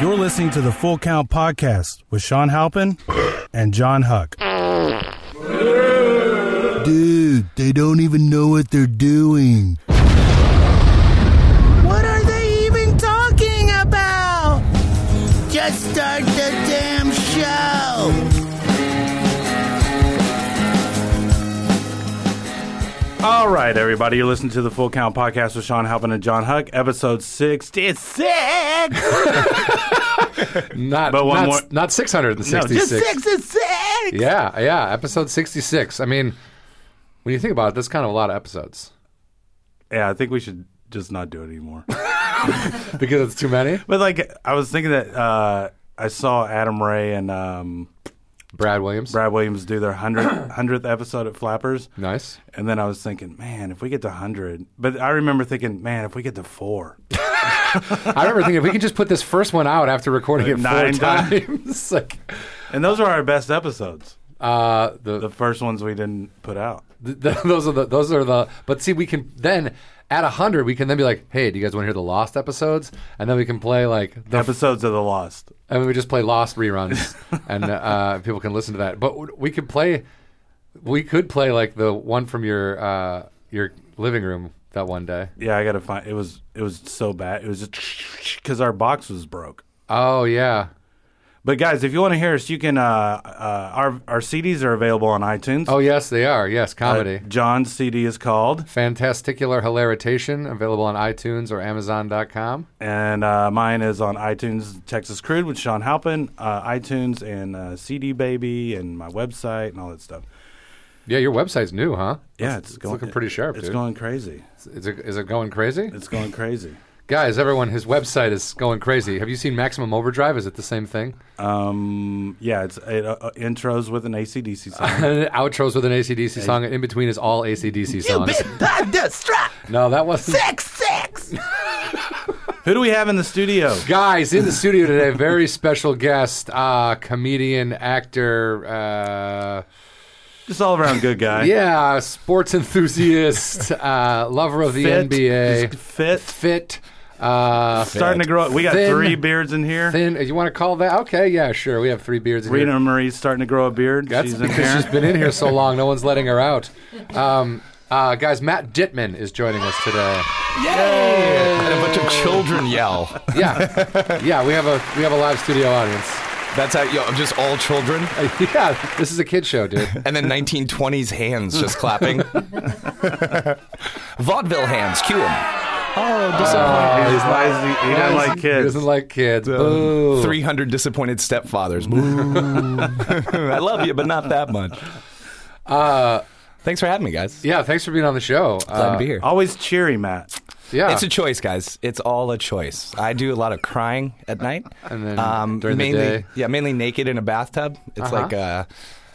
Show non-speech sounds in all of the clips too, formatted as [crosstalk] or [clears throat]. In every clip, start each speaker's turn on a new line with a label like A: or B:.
A: You're listening to the Full Count Podcast with Sean Halpin and John Huck.
B: Dude, they don't even know what they're doing.
C: What are they even talking about? Just start the damn show.
A: All right, everybody, you're listening to the Full Count Podcast with Sean Halpin and John Huck, episode 66.
D: Not
A: But one
D: not,
A: more-
D: not 666. Yeah, yeah, episode 66. I mean, when you think about it, that's kind of a lot of episodes
A: Yeah, I think we should just not do it anymore. [laughs]
D: because it's too many.
A: but, like, I was thinking that uh, I saw Adam Ray and um,
D: Brad Williams.
A: Brad Williams do their [coughs] 100th, 100th episode at Flappers.
D: Nice.
A: And then I was thinking, man, if we get to 100, but I remember thinking, man, if we get to four,
D: I remember thinking if we can just put this first one out after recording it
A: Nine
D: four
A: times.
D: times, [laughs] like
A: and those are our best episodes,
D: uh,
A: the
D: the,
A: first ones we didn't put out.
D: the, [laughs] those are the those are the. But see, we can then at hundred, we can then be like, hey, do you guys want to hear the lost episodes? And then we can play like the
A: episodes of The Lost.
D: and we just play Lost reruns, and uh, people can listen to that. But w- we could play, we could play like the one from your uh, your living room that one day.
A: Yeah, I gotta find. It was it was so bad. It was just because our box was broke.
D: Oh yeah,
A: But guys, if you want to hear us, you can. Uh, uh, our our CDs are available on iTunes.
D: oh yes, they are. Yes, comedy.
A: John's CD is called,
D: Fantasticular Hilaritation, available on iTunes or Amazon.com.
A: and uh, mine is on iTunes. Texas Crude with Sean Halpin, uh, iTunes and uh, CD Baby, and my website and all that stuff.
D: Yeah, your website's new, huh?
A: Yeah, it's, going,
D: looking pretty sharp,
A: It's
D: dude.
A: going crazy.
D: Is it, is it going crazy?
A: It's going crazy.
D: Guys, everyone, his website is going crazy. Have you seen Maximum Overdrive? Is it the same thing?
A: Um, yeah, it's it uh, uh, intros with an ACDC
D: [laughs]
A: song.
D: And it outros with an ACDC song, and in between is all ACDC
C: You
D: songs.
C: been by the strap.
D: No, that wasn't.
C: Sex, sex.
A: Who do we have in the studio?
D: Guys, in the studio today, very special guest, uh, comedian, actor, uh,
A: Just all around good guy.
D: yeah, sports enthusiast, uh, lover of the
A: Fit.
D: NBA,
A: Just fit.
D: fit, uh,
A: Starting to grow. We got
D: Thin.
A: three beards in here.
D: thin. You want to call that? Okay, yeah, sure. We have three beards. In
A: Rita
D: here.
A: Marie's starting to grow a beard.
D: That's
A: she's in [laughs]
D: because
A: there.
D: she's been in here so long, no one's letting her out.
A: [laughs]
D: Um, uh, guys, Matt Dittman is joining us today.
E: and a bunch of children yell.
D: Yeah, yeah, we have a we have a live studio audience. [laughs]
E: That's how, yo, just all children.
D: yeah, this is a kid show, dude.
E: And then 1920s hands
D: [laughs]
E: just clapping. Vaudeville hands, cue them.
D: Oh,
A: he, just lies- he- he doesn't like
D: He
A: kids.
D: doesn't like kids. Boo.
E: 300 disappointed stepfathers. Boo. [laughs] I love you, but not that much. Uh, Thanks for having me, guys.
D: Yeah, thanks for being on the show.
E: Glad
D: Uh,
E: to be here.
A: Always cheery, Matt.
D: Yeah,
E: It's a choice, guys. It's all a choice. I do a lot of crying at night,
D: And then during the
E: um, mainly,
D: day.
E: yeah, mainly naked in a bathtub. It's
D: Uh-huh.
E: like a,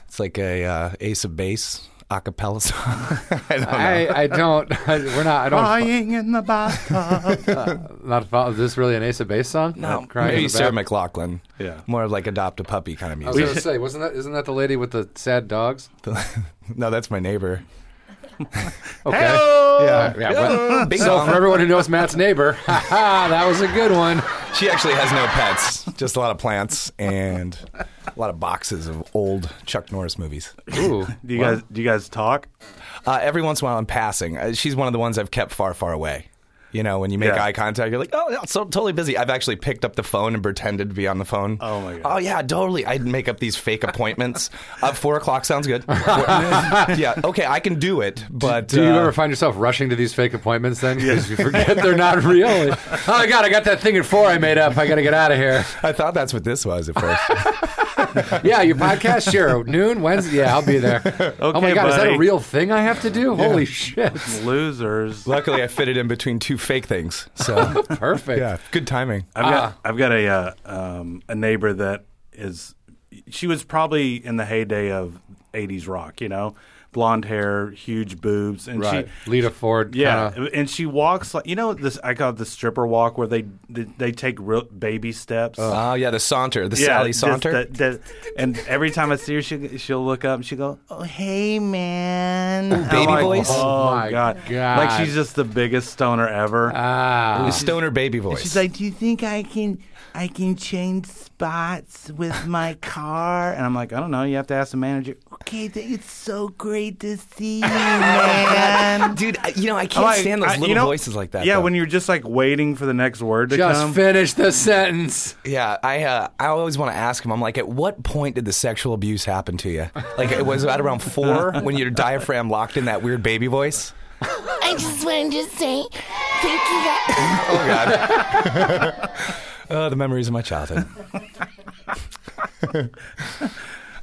E: it's like a uh, Ace of Base acapella song. [laughs] I don't know.
D: I, I don't. [laughs] I, we're not. I don't.
A: Crying in the bathtub.
D: not follow, is this really an Ace of Base song?
E: no,
D: Crying in
E: maybe
D: the Oh,
E: Sarah
D: back-
E: McLaughlin.
A: Yeah.
E: more of like adopt a puppy kind of
D: I was
E: music.
D: gonna say, wasn't that? Isn't that the lady with the sad dogs?
E: no, that's my neighbor.
D: Okay.
E: Yeah,
D: Yeah, well-
E: Bing
D: Ah, so
E: bong.
D: for everyone who knows Matt's neighbor, [laughs] ha ha, that was a good
E: [laughs]
D: one.
E: she actually has no pets, just a lot of plants and a lot of boxes of old Chuck Norris movies.
D: Ooh,
A: Do you guys? Do you guys talk?
E: Uh, every once in a while, I'm passing. Uh, she's one of the ones I've kept far, far away. You know, when you make
A: Yeah.
E: eye contact, you're like, "Oh, yeah, so totally busy." I've actually picked up the phone and pretended to be on the phone.
A: Oh, my God.
E: Oh yeah, totally. I'd make up these fake [laughs] appointments. uh, four o'clock sounds [laughs] good. Four- yeah, okay, I can do it. But
D: do you
E: uh,
D: ever find yourself rushing to these fake appointments then because you forget they're not [laughs]
A: [laughs]
D: real? oh my god, I got that thing at four I made up. I got to get out of here.
E: I thought that's what this was at [laughs] first.
D: Yeah, your podcast, sure. Noon Wednesday. Yeah, I'll be [laughs] there. oh my
A: Okay,
D: god, is that a
A: buddy.
D: real thing I have to do? Holy shit!
A: Losers.
E: Luckily, I fit it in between two fake things. So [laughs]
D: Perfect.
E: yeah, good timing.
A: I've got. I've got a uh, um, a neighbor that is. She was probably in the heyday of '80s rock, you know. blonde hair, huge boobs, and
D: right.
A: she
D: Lita Ford.
A: yeah,
D: kinda-
A: and she walks like you know this. I call it the stripper walk, where they they, they take real baby steps.
E: Oh yeah, the saunter, the
A: yeah,
E: Sally
A: just
E: saunter.
A: that- that- and every time I see her, she she'll look up and she go, "Oh hey man, I'm
E: baby
A: like,
E: voice?
A: Oh,
D: Oh, my
A: god.
D: God.
A: like she's just the biggest stoner ever.
D: ah,
E: The stoner baby voice.
A: She's like, "Do you think I can I can change spots with my car?" And I'm like, "I don't know. You have to ask the manager." Okay, th- it's so great to see you, man.
E: Dude, I- you know Oh, I can't
A: Like,
E: stand those
A: I- you
E: little
A: know-
E: voices like that.
A: Yeah,
E: though.
A: when you're just like waiting for the next word to
D: just
A: come.
D: finish the sentence.
E: yeah, I uh, I always want to ask him. I'm like, at what point did the sexual abuse happen to you? Like, it was at around [laughs] four when your diaphragm locked in that weird baby voice.
F: I just wanted to say thank you. That-
E: Oh God. oh, the memories of my childhood. [laughs]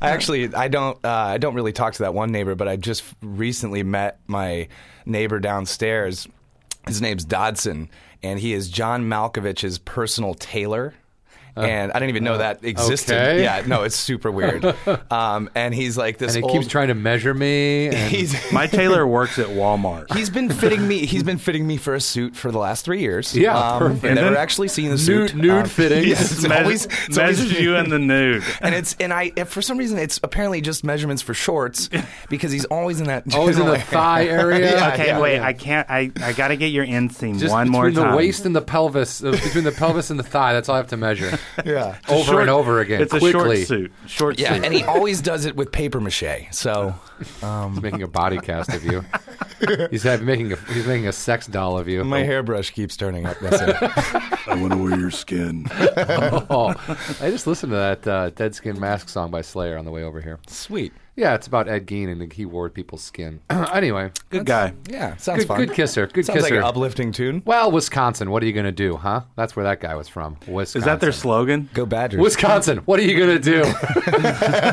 E: I actually, I don't, uh, I don't really talk to that one neighbor, but I just recently met my neighbor downstairs. His name's Dodson, and he is John Malkovich's personal tailor. And I didn't even know that existed.
D: okay.
E: Yeah, no, it's super weird. [laughs] um, and he's like this.
D: And he
E: old,
D: keeps trying to measure [laughs] me. And
E: He's
A: My tailor works at
E: [laughs]
A: Walmart.
E: He's been fitting me. He's been fitting me for a suit for the last three years.
D: Yeah, perfect.
E: I've
D: And
E: Never
D: then
E: actually seen the suit.
D: nude, nude
E: Um,
D: fittings.
E: [laughs] yes, it's
A: Measure-
E: always, it's always-
A: measures you in the nude.
E: And it's and I and for some reason it's apparently just measurements
D: [laughs]
E: for shorts because he's always in that.
D: Always in the [laughs]
E: general-
D: thigh area.
E: [laughs] Yeah,
A: Okay, wait, I can't. I, I got to get your inseam
D: Just
A: one
D: between
A: more time.
D: the waist and the pelvis, uh, between the pelvis and the thigh. That's all I have to [laughs] measure.
E: Yeah.
D: over
A: Short-
D: and over again.
A: It's
D: quickly.
A: a short suit. Short
E: [laughs] Yeah,
A: suit.
E: and he always does it with paper mache.
D: [laughs]
E: So
D: He's making a body cast of [laughs] you. He's having- making a he's making a sex doll of you.
E: my hairbrush keeps turning up.
D: [laughs]
E: That's it.
B: I want to wear your skin.
D: Oh, I just listened to that uh, Dead Skin Mask song by Slayer on the way over here.
E: Sweet.
D: Yeah, it's about Ed Gein and he wore people's skin. [clears throat] anyway,
A: [laughs] Good guy.
E: Yeah, sounds
D: good,
E: fun.
D: good kisser. Good
E: Sounds like
D: kisser.
E: an uplifting tune.
D: well, Wisconsin, what are you going to do, huh? That's where that guy was from. Wisconsin.
A: Is that their slogan?
E: Go Badgers.
D: Wisconsin, what are you going to do?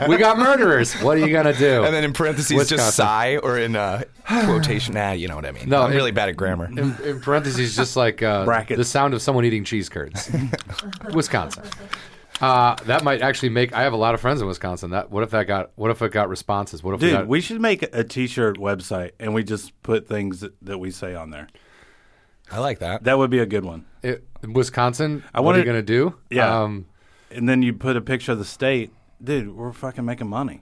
D: we got murderers. What are you going to do?
E: and then in parentheses,
D: Wisconsin.
E: just sigh or in uh, quotation. Nah, you know what I mean.
D: No,
E: I'm
D: it-
E: really bad at grammar.
D: in, in parentheses, just like uh,
A: Brackets.
D: the sound of someone eating cheese curds. Wisconsin. Uh, that might actually make. I have a lot of friends in Wisconsin. That what if that got? What if it got responses? What if we
A: Dude,
D: got,
A: we should make a T-shirt website, and we just put things that, that we say on there.
E: I like that.
A: That would be a good one.
D: it, Wisconsin?
A: I
D: what are you
A: wanted-
D: going to do?
A: Yeah.
D: Um,
A: And then you put a picture of the state. Dude, we're fucking making money.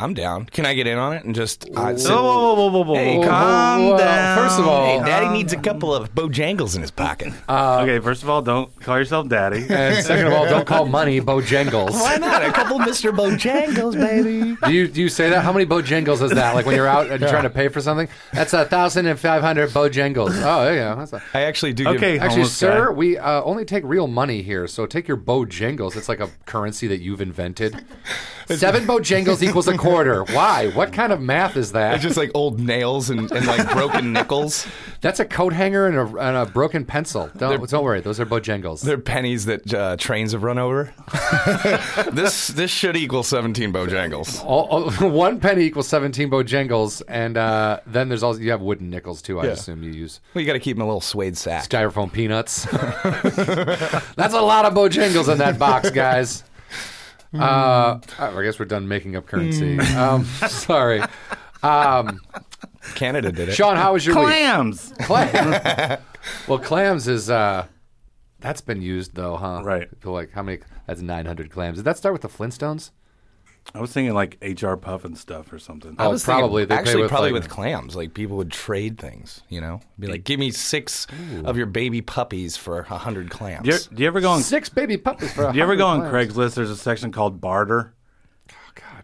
E: I'm down. Can I get in on it and just? Uh, sit-
A: Whoa, whoa, whoa, whoa, whoa,
E: Hey,
A: whoa.
E: come-
A: Calm
D: Well,
A: down.
D: First of all, uh,
E: Hey, Daddy needs a couple of bojangles in his
D: [laughs]
E: pocket.
A: okay, first of all, don't call yourself daddy.
D: and second of all, don't call
A: [laughs]
D: money Bojangles.
E: not? A couple Mr. Bojangles, baby.
D: do you do you say that? How many Bojangles is that? Like when you're out and trying to pay for something, that's a thousand and five hundred Bojangles.
A: [laughs]
D: Oh yeah, that's a,
E: I actually do.
A: Okay,
E: Give,
D: Actually,
A: homeless
D: sir,
A: guy.
D: we uh, only take real money here, so take your Bojangles. It's like a currency that
A: [laughs]
D: you've invented. Seven Bojangles equals a quarter. Why? What kind of math is that?
E: it's just like old nails and, and like broken nickels.
D: That's a coat hanger and a, and a broken pencil. Don't, don't worry, those are Bojangles.
E: They're pennies that uh, trains have run over. [laughs] this this should equal 17 bojangles.
D: All, all- [laughs] one penny equals 17 Bojangles, and uh, then there's also, you have wooden nickels too, I assume you use.
E: Well, you got to keep them in a little suede sack.
D: Styrofoam peanuts. [laughs] That's a lot of Bojangles in that box, guys. Uh, I guess we're done making up currency. Um, [laughs] sorry. Um,
E: Canada did it.
D: Sean, how was your week?
A: Clams.
D: Clam. well, clams is uh, that's been used though, huh?
A: Right.
D: People like how many? That's nine hundred clams. Did that start with the Flintstones?
A: I was thinking like HR Puff and stuff or something.
E: I
D: Oh,
E: was thinking-
D: probably. They play
E: actually
D: with,
E: probably
D: like-
E: with clams. Like people would trade things. You know, be like, give me six of your baby puppies for a hundred clams.
A: Do you, do you ever go on? Do
D: Six baby puppies for.
A: you ever go on
D: 100 clams.
A: Craigslist? There's a section called barter.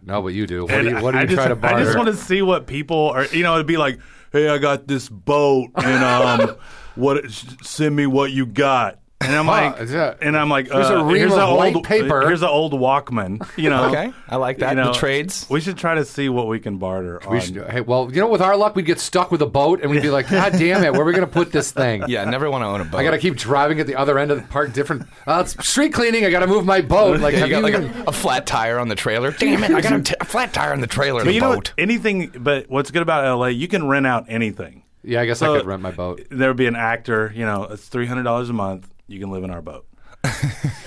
D: No, but you do. What do
A: And
D: you, what do
A: I-
D: you
A: I
D: try
A: just,
D: to barter?
A: I just want to see what people are. You know, it'd be like, hey, I got this boat, and
D: [laughs]
A: um, what? Send me what you got. And I'm like,
D: is that-
A: and I'm like,
D: Here's a
A: uh,
D: ream
A: here's
D: of
A: a
D: white
A: old
D: paper.
A: Here's an old Walkman. You
D: [laughs]
A: know,
E: Okay, I like that. The trades.
A: We should try to see what we can barter.
D: We
A: on-
D: should, hey, well, you know, with our luck, we'd get stuck with a boat, and we'd be like, "God damn it, where are we going to put this thing?"
E: Yeah, I never want to own a boat.
D: I got to keep driving at the other end of the park. Different uh, it's street cleaning. I got to move my boat. Like,
E: Yeah,
D: have
E: you got like
D: even-
E: a, a flat tire on the trailer. Damn it! I got a, t- [laughs] a flat tire on the trailer. in
A: but
E: the
A: you know
E: boat.
A: what? anything. But what's good about LA? You can rent out anything.
D: yeah, I guess I
A: So-
D: could rent my boat. [laughs]
A: There would be an actor. You know, it's three hundred dollars a month. You can live in our boat.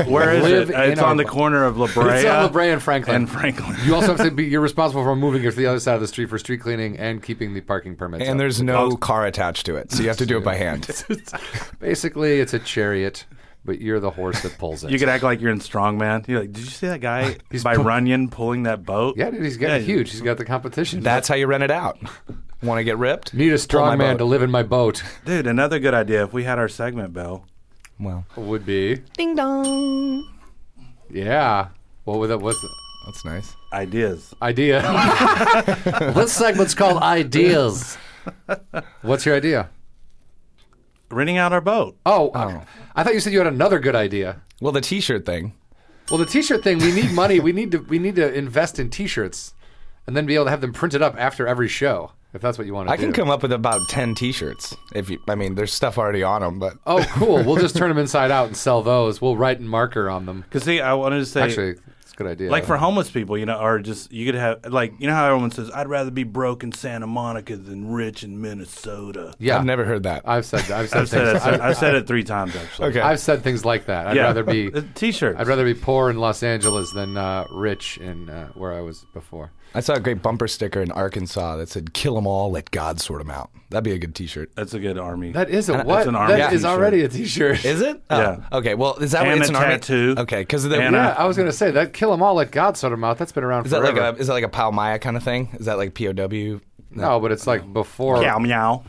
A: Where is
D: Live
A: it? Uh,
D: in
A: It's on
D: our-
A: the corner of La Brea.
D: It's on La Brea and Franklin.
A: And Franklin.
D: You also have to be you're responsible for moving it to the other side of the street for street cleaning and keeping the parking permits.
E: And
D: up.
E: there's no car attached to it, so you have to do it by hand.
D: basically it's a chariot, but you're the horse that pulls it.
A: You could act like you're in Strongman. You're like, did you see that guy
D: [laughs] He's
A: by
D: pu-
A: Runyon pulling that boat?
D: yeah, dude, he's getting huge. He's got the competition.
E: That's how you rent it out. Want to get ripped?
D: Need a
E: Pull my
D: strong man
E: boat.
D: to live in my boat.
A: Dude, another good idea if we had our segment bell.
E: Well,
D: Would be.
E: [laughs] ding dong.
D: Yeah. What would that what's the
E: That's nice.
A: Ideas.
D: idea? this segment's called Ideas. What's your idea?
A: Renting out our boat.
D: Oh, okay. I thought you said you had another good idea.
E: Well, the T-shirt thing.
D: Well, the T-shirt thing. We need money. We need to. We need to invest in T-shirts, and then be able to have them printed up after every show. If that's what you want to
E: I
D: do.
E: can come up with about ten T-shirts. If you, I mean, there's stuff already on them, but
D: Oh, cool. We'll just turn them inside out and sell those. We'll write in marker on them.
A: Because, see, I wanted to say,
D: Actually, uh, it's a good idea.
A: like for homeless people, you know, or just, you could have, like, you know how everyone says, I'd rather be broke in Santa Monica than rich in Minnesota.
D: yeah,
E: I've never heard that.
D: I've said. that. I've said.
A: I've
D: things,
A: said, it,
D: I've,
A: I've said it three times, actually.
E: Okay.
D: I've said things like that. I'd
A: Yeah.
D: rather be.
A: T-shirt.
D: I'd rather be poor in Los Angeles than uh, rich in uh, where I was before.
E: I saw a great bumper sticker in Arkansas that said "Kill 'em all, let God sort 'em out." That'd be a good T-shirt.
A: That's a good army.
D: That is a
A: That's
D: what?
A: an army
D: That is
A: t-shirt.
D: already a T-shirt.
E: Is it?
A: Yeah.
E: Oh, okay. Well, is that
A: And
E: what it's
A: a
E: an army-
A: tattoo.
E: Okay, because of the
A: And a-
D: Yeah, I was gonna say that. Kill 'em all. Let God sort 'em out. That's been around
E: is that
D: forever.
E: like a is that like a Pal Maya kind of thing? Is that like POW?
D: no, but it's like before. [laughs]
A: Meow, meow.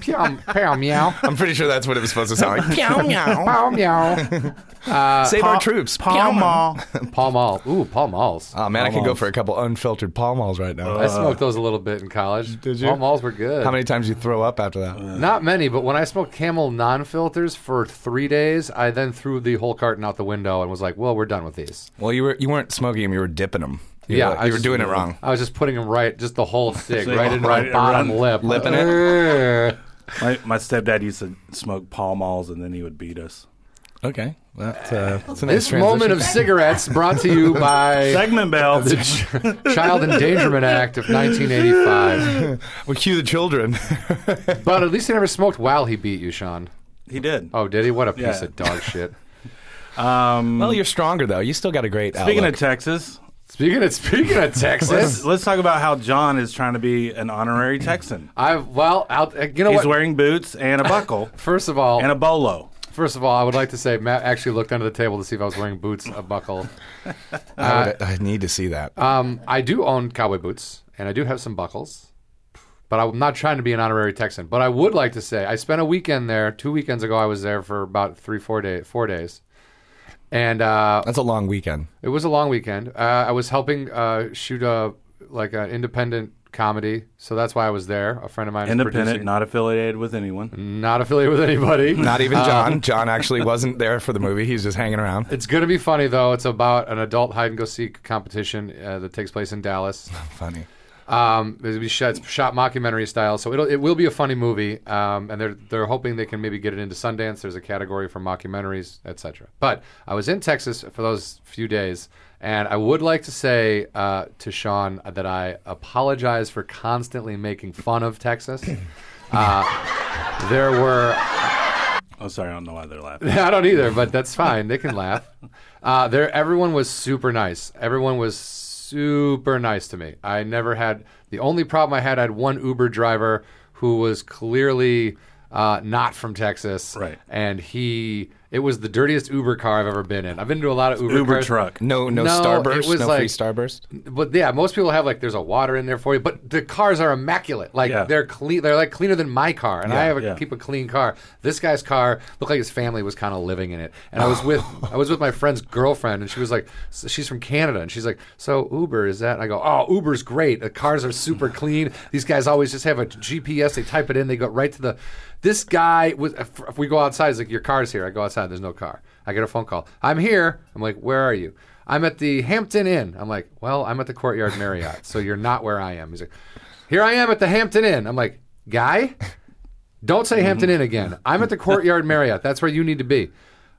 D: Pow, pow, meow.
E: I'm pretty sure that's what it was supposed to sound like.
C: Meow meow.
D: Pow, meow.
E: [laughs] Save our troops.
A: Pall Mall.
D: Pall Mall. Ooh, Pall Malls.
E: Oh man, I could go for a couple unfiltered Pall Malls right now.
D: I smoked those a little bit in college. Did
E: you?
D: Pall Malls were good.
E: How many times you throw up after that?
D: Not many, but when I smoked Camel non-filters for three days, I then threw the whole carton out the window and was like, "Well, we're done with these."
E: Well, you were you weren't smoking them; you were dipping them. You
D: Yeah,
E: were,
D: I
E: you were
D: just-
E: doing it wrong.
D: I was just putting them right, just
A: [laughs]
D: the whole stick,
A: So you
D: right in my
A: right-
D: bottom
A: run-
D: lip,
E: lipping
D: it.
A: [laughs] My, my stepdad used to smoke Pall Malls, and then he would beat us.
E: Okay, that's, uh, that's a nice
D: This moment of cigarettes brought to
E: [laughs]
D: you by
A: Segment bell.
D: the Ch- Child Endangerment Act of 1985.
E: we cue the children. [laughs]
D: But at least he never smoked while he beat you, Sean.
A: He did.
D: Oh, did he? What a piece
A: Yeah.
D: of dog shit.
E: well, you're stronger though. You still got a great.
A: Speaking
E: outlook.
A: of Texas,
D: Speaking of speaking of
A: let's,
D: Texas,
A: let's talk about how John is trying to be an honorary Texan.
D: I well, out, uh, you know
A: He's
D: what?
A: wearing boots and a buckle
D: First of all,
A: and a bolo.
D: first of all, I would like to say Matt actually looked under the table to see if I was wearing boots, a buckle.
E: I, would- I need to see that.
D: Um, I do own cowboy boots, and I do have some buckles, but I'm not trying to be an honorary Texan. But I would like to say I spent a weekend there. Two weekends ago, I was there for about three, four days, four days, and uh,
E: that's a long weekend.
D: It was a long weekend. Uh, I was helping uh, shoot a like an independent comedy, so that's why I was there. A friend of mine, was
A: Independent,
D: producing-
A: not affiliated with anyone.
D: not affiliated
A: [laughs]
D: with anybody.
E: Not even John. John actually wasn't there for the movie. He's just hanging around.
D: It's gonna be funny though. It's about an adult hide and go seek competition uh, that takes place in Dallas.
E: Funny.
D: Um, it'll be shot, it's shot mockumentary style, so it'll it will be a funny movie. Um, and they're they're hoping they can maybe get it into Sundance. There's a category for mockumentaries, etc. But I was in Texas for those few days, and I would like to say uh, to Sean that I apologize for constantly making fun of Texas. Uh, there were
A: Oh, sorry, I don't know why they're laughing.
D: [laughs] I don't either, but that's fine. They can laugh. Uh, there, everyone was super nice. Everyone was super nice to me. I never had the only problem I had. I had one Uber driver who was clearly uh, not from Texas,
A: Right.
D: And he, it was the dirtiest Uber car I've ever been in. I've been to a lot of Uber
A: Uber
D: cars.
A: truck.
E: No, no,
D: No,
E: starburst.
D: it was
E: no free
D: like-
E: starburst.
D: But yeah, most people have like there's a water in there for you, but the cars are immaculate. Like
A: Yeah.
D: they're clean. They're like cleaner than my car, and I have a,
A: yeah.
D: keep a clean car. This guy's car looked like his family was kind of living in it. And I was with I was with my friend's girlfriend, and she was like, so she's from Canada, and she's like, so Uber is that? And I go, oh, Uber's great. The cars are super clean. These guys always just have a GPS. They type it in. They go right to the. This guy was. If if we go outside, it's like your car's here. I go outside. There's no car. I get a phone call. I'm here. I'm like, where are you? I'm at the Hampton Inn. I'm like, well, I'm at the Courtyard Marriott, so you're not where I am. He's like, here I am at the Hampton Inn. I'm like, guy, don't say Hampton
A: Mm-hmm.
D: Inn again. I'm at the Courtyard Marriott. That's where you need to be.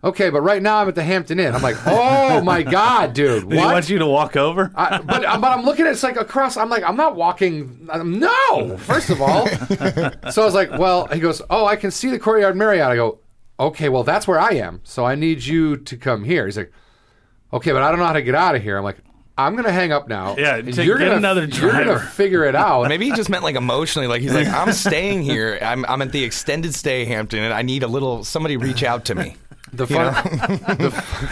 D: Okay, but right now I'm at the Hampton Inn.
A: [laughs]
D: I'm like, oh my god, dude,
A: They
D: what?
A: want you to walk over?
D: I, but uh, but I'm looking at it's like across. I'm like I'm not walking. I'm,
A: [laughs]
D: no, first of all. so I was like, well, he goes, oh, I can see the courtyard Marriott. I go, okay, well, that's where I am. So I need you to come here. He's like, okay, but I don't know how to get out of here. I'm like, I'm going to hang up now.
A: Yeah,
D: and
A: to
D: you're
A: get
D: gonna,
A: another
D: You're going to
A: driver.
D: figure
A: [laughs]
D: it out.
E: Maybe he just meant like emotionally. Like he's like, I'm staying here. I'm, I'm at the extended stay Hampton, and I need a little somebody reach out to me.
D: the fun,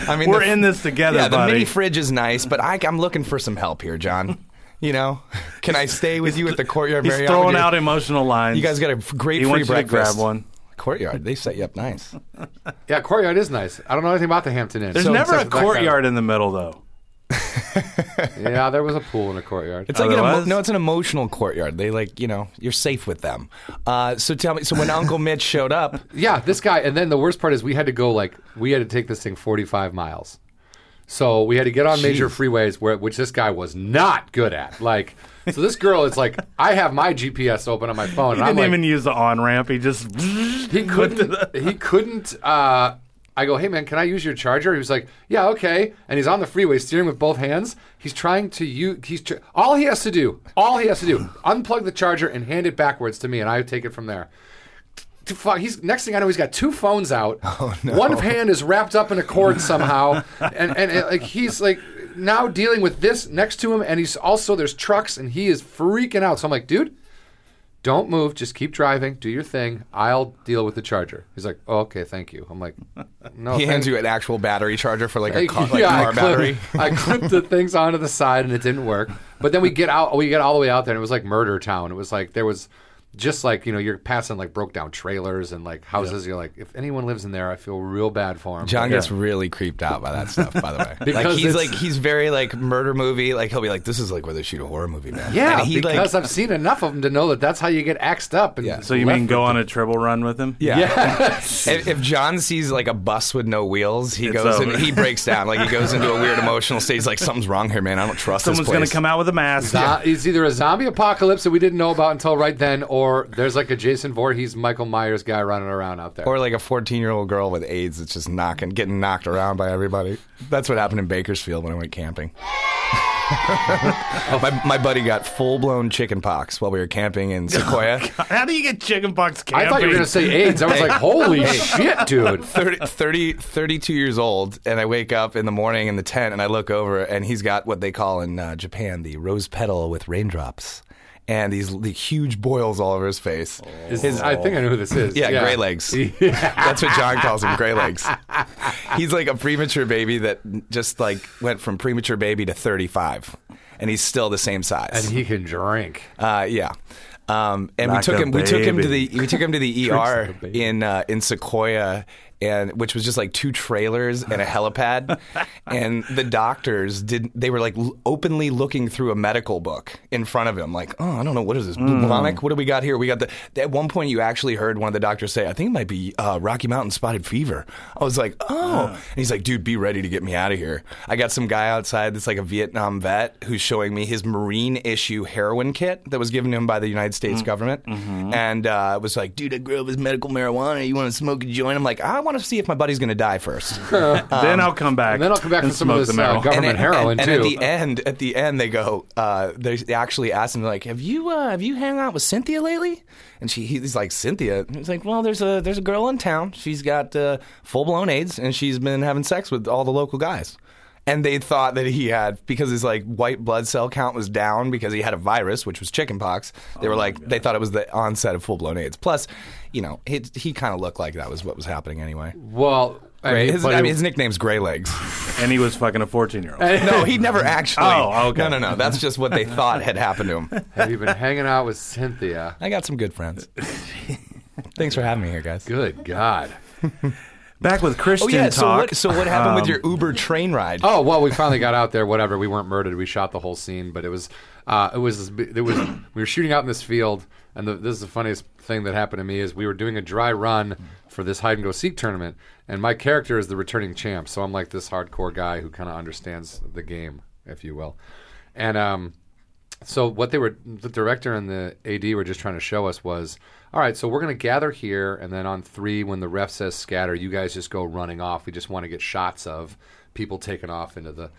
E: I mean,
A: We're
E: the-
A: in this together,
E: Yeah, the
A: buddy.
E: mini fridge is nice, but I, I'm looking for some help here, John. You know, can I stay with you at the courtyard?
A: He's
E: Marriott with
A: throwing
E: your-
A: out emotional lines.
E: You guys got a f- great
A: He
E: free
A: wants you to
E: breakfast.
A: grab one.
E: Courtyard. They set you up nice.
D: yeah, courtyard is nice. I don't know anything about the Hampton Inn.
A: There's
D: So
A: never
D: it's
A: a
D: like that
A: courtyard in the middle, though.
D: kind of- yeah, there was a pool in a courtyard.
E: It's like an emo-
A: Otherwise-
E: no, it's an emotional courtyard. They like you know you're safe with them. Uh, so tell me, so when Uncle Mitch showed up,
D: yeah, this guy. And then the worst part is we had to go like we had to take this thing 45 miles. So we had to get on major freeways, where which this guy was not good at. Like, so this girl is like, I have my GPS open on my
A: [laughs]
D: phone,
A: He
D: and I'm
A: didn't
D: like,
A: even use the on ramp. He just. [laughs]
D: he couldn't. he couldn't. Uh, I go, hey man, can I use your charger? He was like, yeah, okay. And he's on the freeway, steering with both hands. He's trying to use. He's tr- all he has to do. All he has to do, unplug the charger and hand it backwards to me, and I take it from there. T- Fuck, he's next thing I know, he's got two phones
E: [laughs]
D: out.
E: Oh,
D: One hand is wrapped up in a cord somehow, and, and and like he's like now dealing with this next to him, and he's also there's trucks, and he is freaking out. So I'm like, dude, don't move. Just keep driving. Do your thing. I'll deal with the charger. He's like, oh, okay, thank you. I'm like, no.
E: [laughs] he
D: Oh, thank-
E: hands you an actual battery charger for like
D: [laughs]
E: a car, like
D: Yeah,
E: car
D: I, clipped,
E: battery.
D: I clipped the things onto the side and it didn't work. But then we get out. We get all the way out there and it was like murder town. It was like there was just like you know you're passing like broke down trailers and like houses. You're like, if anyone lives in there, I feel real bad for him.
E: John gets really creeped out by that stuff. By the way, like
D: [laughs] Because
E: he's
D: it's-
E: like he's very like murder movie. Like he'll be like, this is like where they shoot a horror movie, man.
D: yeah,
E: and he like
D: because I've seen enough of them to know that that's how you get axed up. And
E: Yeah.
A: So you
D: left
A: mean go
D: with
A: on a triple run with him?
E: yeah.
D: Yes.
E: [laughs] If, if John sees like a bus with no wheels, he
A: It's
E: goes and
A: over.
E: he breaks down. Like he goes into a
D: [laughs]
E: weird emotional state. He's like, something's wrong here, man. I don't trust
A: Someone's
E: this place.
A: going to come out with a mask.
D: Zo- It's either a zombie apocalypse that we didn't know about until right then, or there's like a Jason Voorhees, Michael Myers guy running around out there.
E: Or like a 14 year old girl with AIDS that's just knocking, getting knocked around by everybody. That's what happened in Bakersfield when I
D: [laughs]
E: went camping. [laughs] my, my buddy got full blown chicken pox while we were camping
D: [laughs] Oh
E: in Sequoia.
A: [laughs] How do you get chickenpox camping?
D: I thought you were going to say AIDS. I was
E: [laughs]
D: like, holy shit, dude.
E: 30, 30 32 years old, and I wake up in the morning in the tent and I look over, and he's got what they call in uh, Japan the rose petal with raindrops and these the huge boils all over his face.
D: Is- I think I know who this is.
E: Oh. [laughs] Yeah, gray legs. That's what John calls him, gray legs. He's like a premature baby that just like went from premature baby to 35, and he's still the same
D: And
E: size.
D: he can drink.
E: uh, yeah. Um, and
A: Like
E: we took
A: a
E: him. We took him to the.
A: baby.
E: We took him
D: [laughs]
E: to the ER
D: a baby.
E: in uh, in Sequoia, and which was just like two
D: [laughs]
E: trailers and a helipad. and the doctors did. They were like l- openly looking through a medical book in front of him, like, oh, I don't know what is this
D: Hmm.
E: bubonic? What do we got here? We got the. At one point, you actually heard one of the doctors say, "I think it might be uh, Rocky Mountain spotted fever." I was like, oh, and he's like, dude, be ready to get me out of here. I got some guy outside that's like a Vietnam vet who's showing me his Marine issue heroin kit that was given to him by the United States government, and uh, was like, dude, I grew up with medical marijuana. You want to smoke a joint? I'm like, I want to see if my buddy's gonna die first.
A: then I'll come back.
D: um, And then I'll come back
A: and
D: for some
A: smoke
D: of this
A: the
D: uh,
A: marijuana.
D: government heroin,
E: and,
D: too.
E: at the end, at the end, they go. Uh, they they actually ask him like, "Have you uh, have you hung out with Cynthia lately?" And she he's like, "Cynthia." And he's like, "Well, there's a there's a girl in town. She's got uh, full blown AIDS, and she's been having sex with all the local guys." And they thought that he had because his like white blood cell count was down because he had a virus, which was chickenpox. They
D: Oh,
E: were like, they thought it was the onset of full blown AIDS. Plus, you know, he, he kind of looked like that was what was happening anyway.
D: well, I mean,
E: His,
D: but
E: I
D: it-
E: mean, his nickname's Gray Legs.
A: [laughs] and he was fucking a 14 year old.
D: [laughs]
E: [laughs] No, he never actually.
A: Oh, okay.
E: No, no, no. That's just what they thought had happened to him.
D: have you been hanging out with Cynthia?
E: I got some good friends. Thanks for having me here, guys.
D: Good God.
A: Back with Christian
E: Oh yeah.
A: talk.
E: So what? So what happened
D: Um,
E: with your Uber train ride?
D: Oh well, we finally got out there. Whatever, we weren't murdered. We shot the whole scene, but it was, uh, it was, it was. We were shooting out in this field, and the, this is the funniest thing that happened to me is we were doing a dry run for this hide and go seek tournament, and my character is the returning champ, so I'm like this hardcore guy who kind of understands the game, if you will, and um, so what they were the director and the ad were just trying to show us was all right so we're going to gather here and then on three when the ref says scatter you guys just go running off we just want to get shots of people taking off into the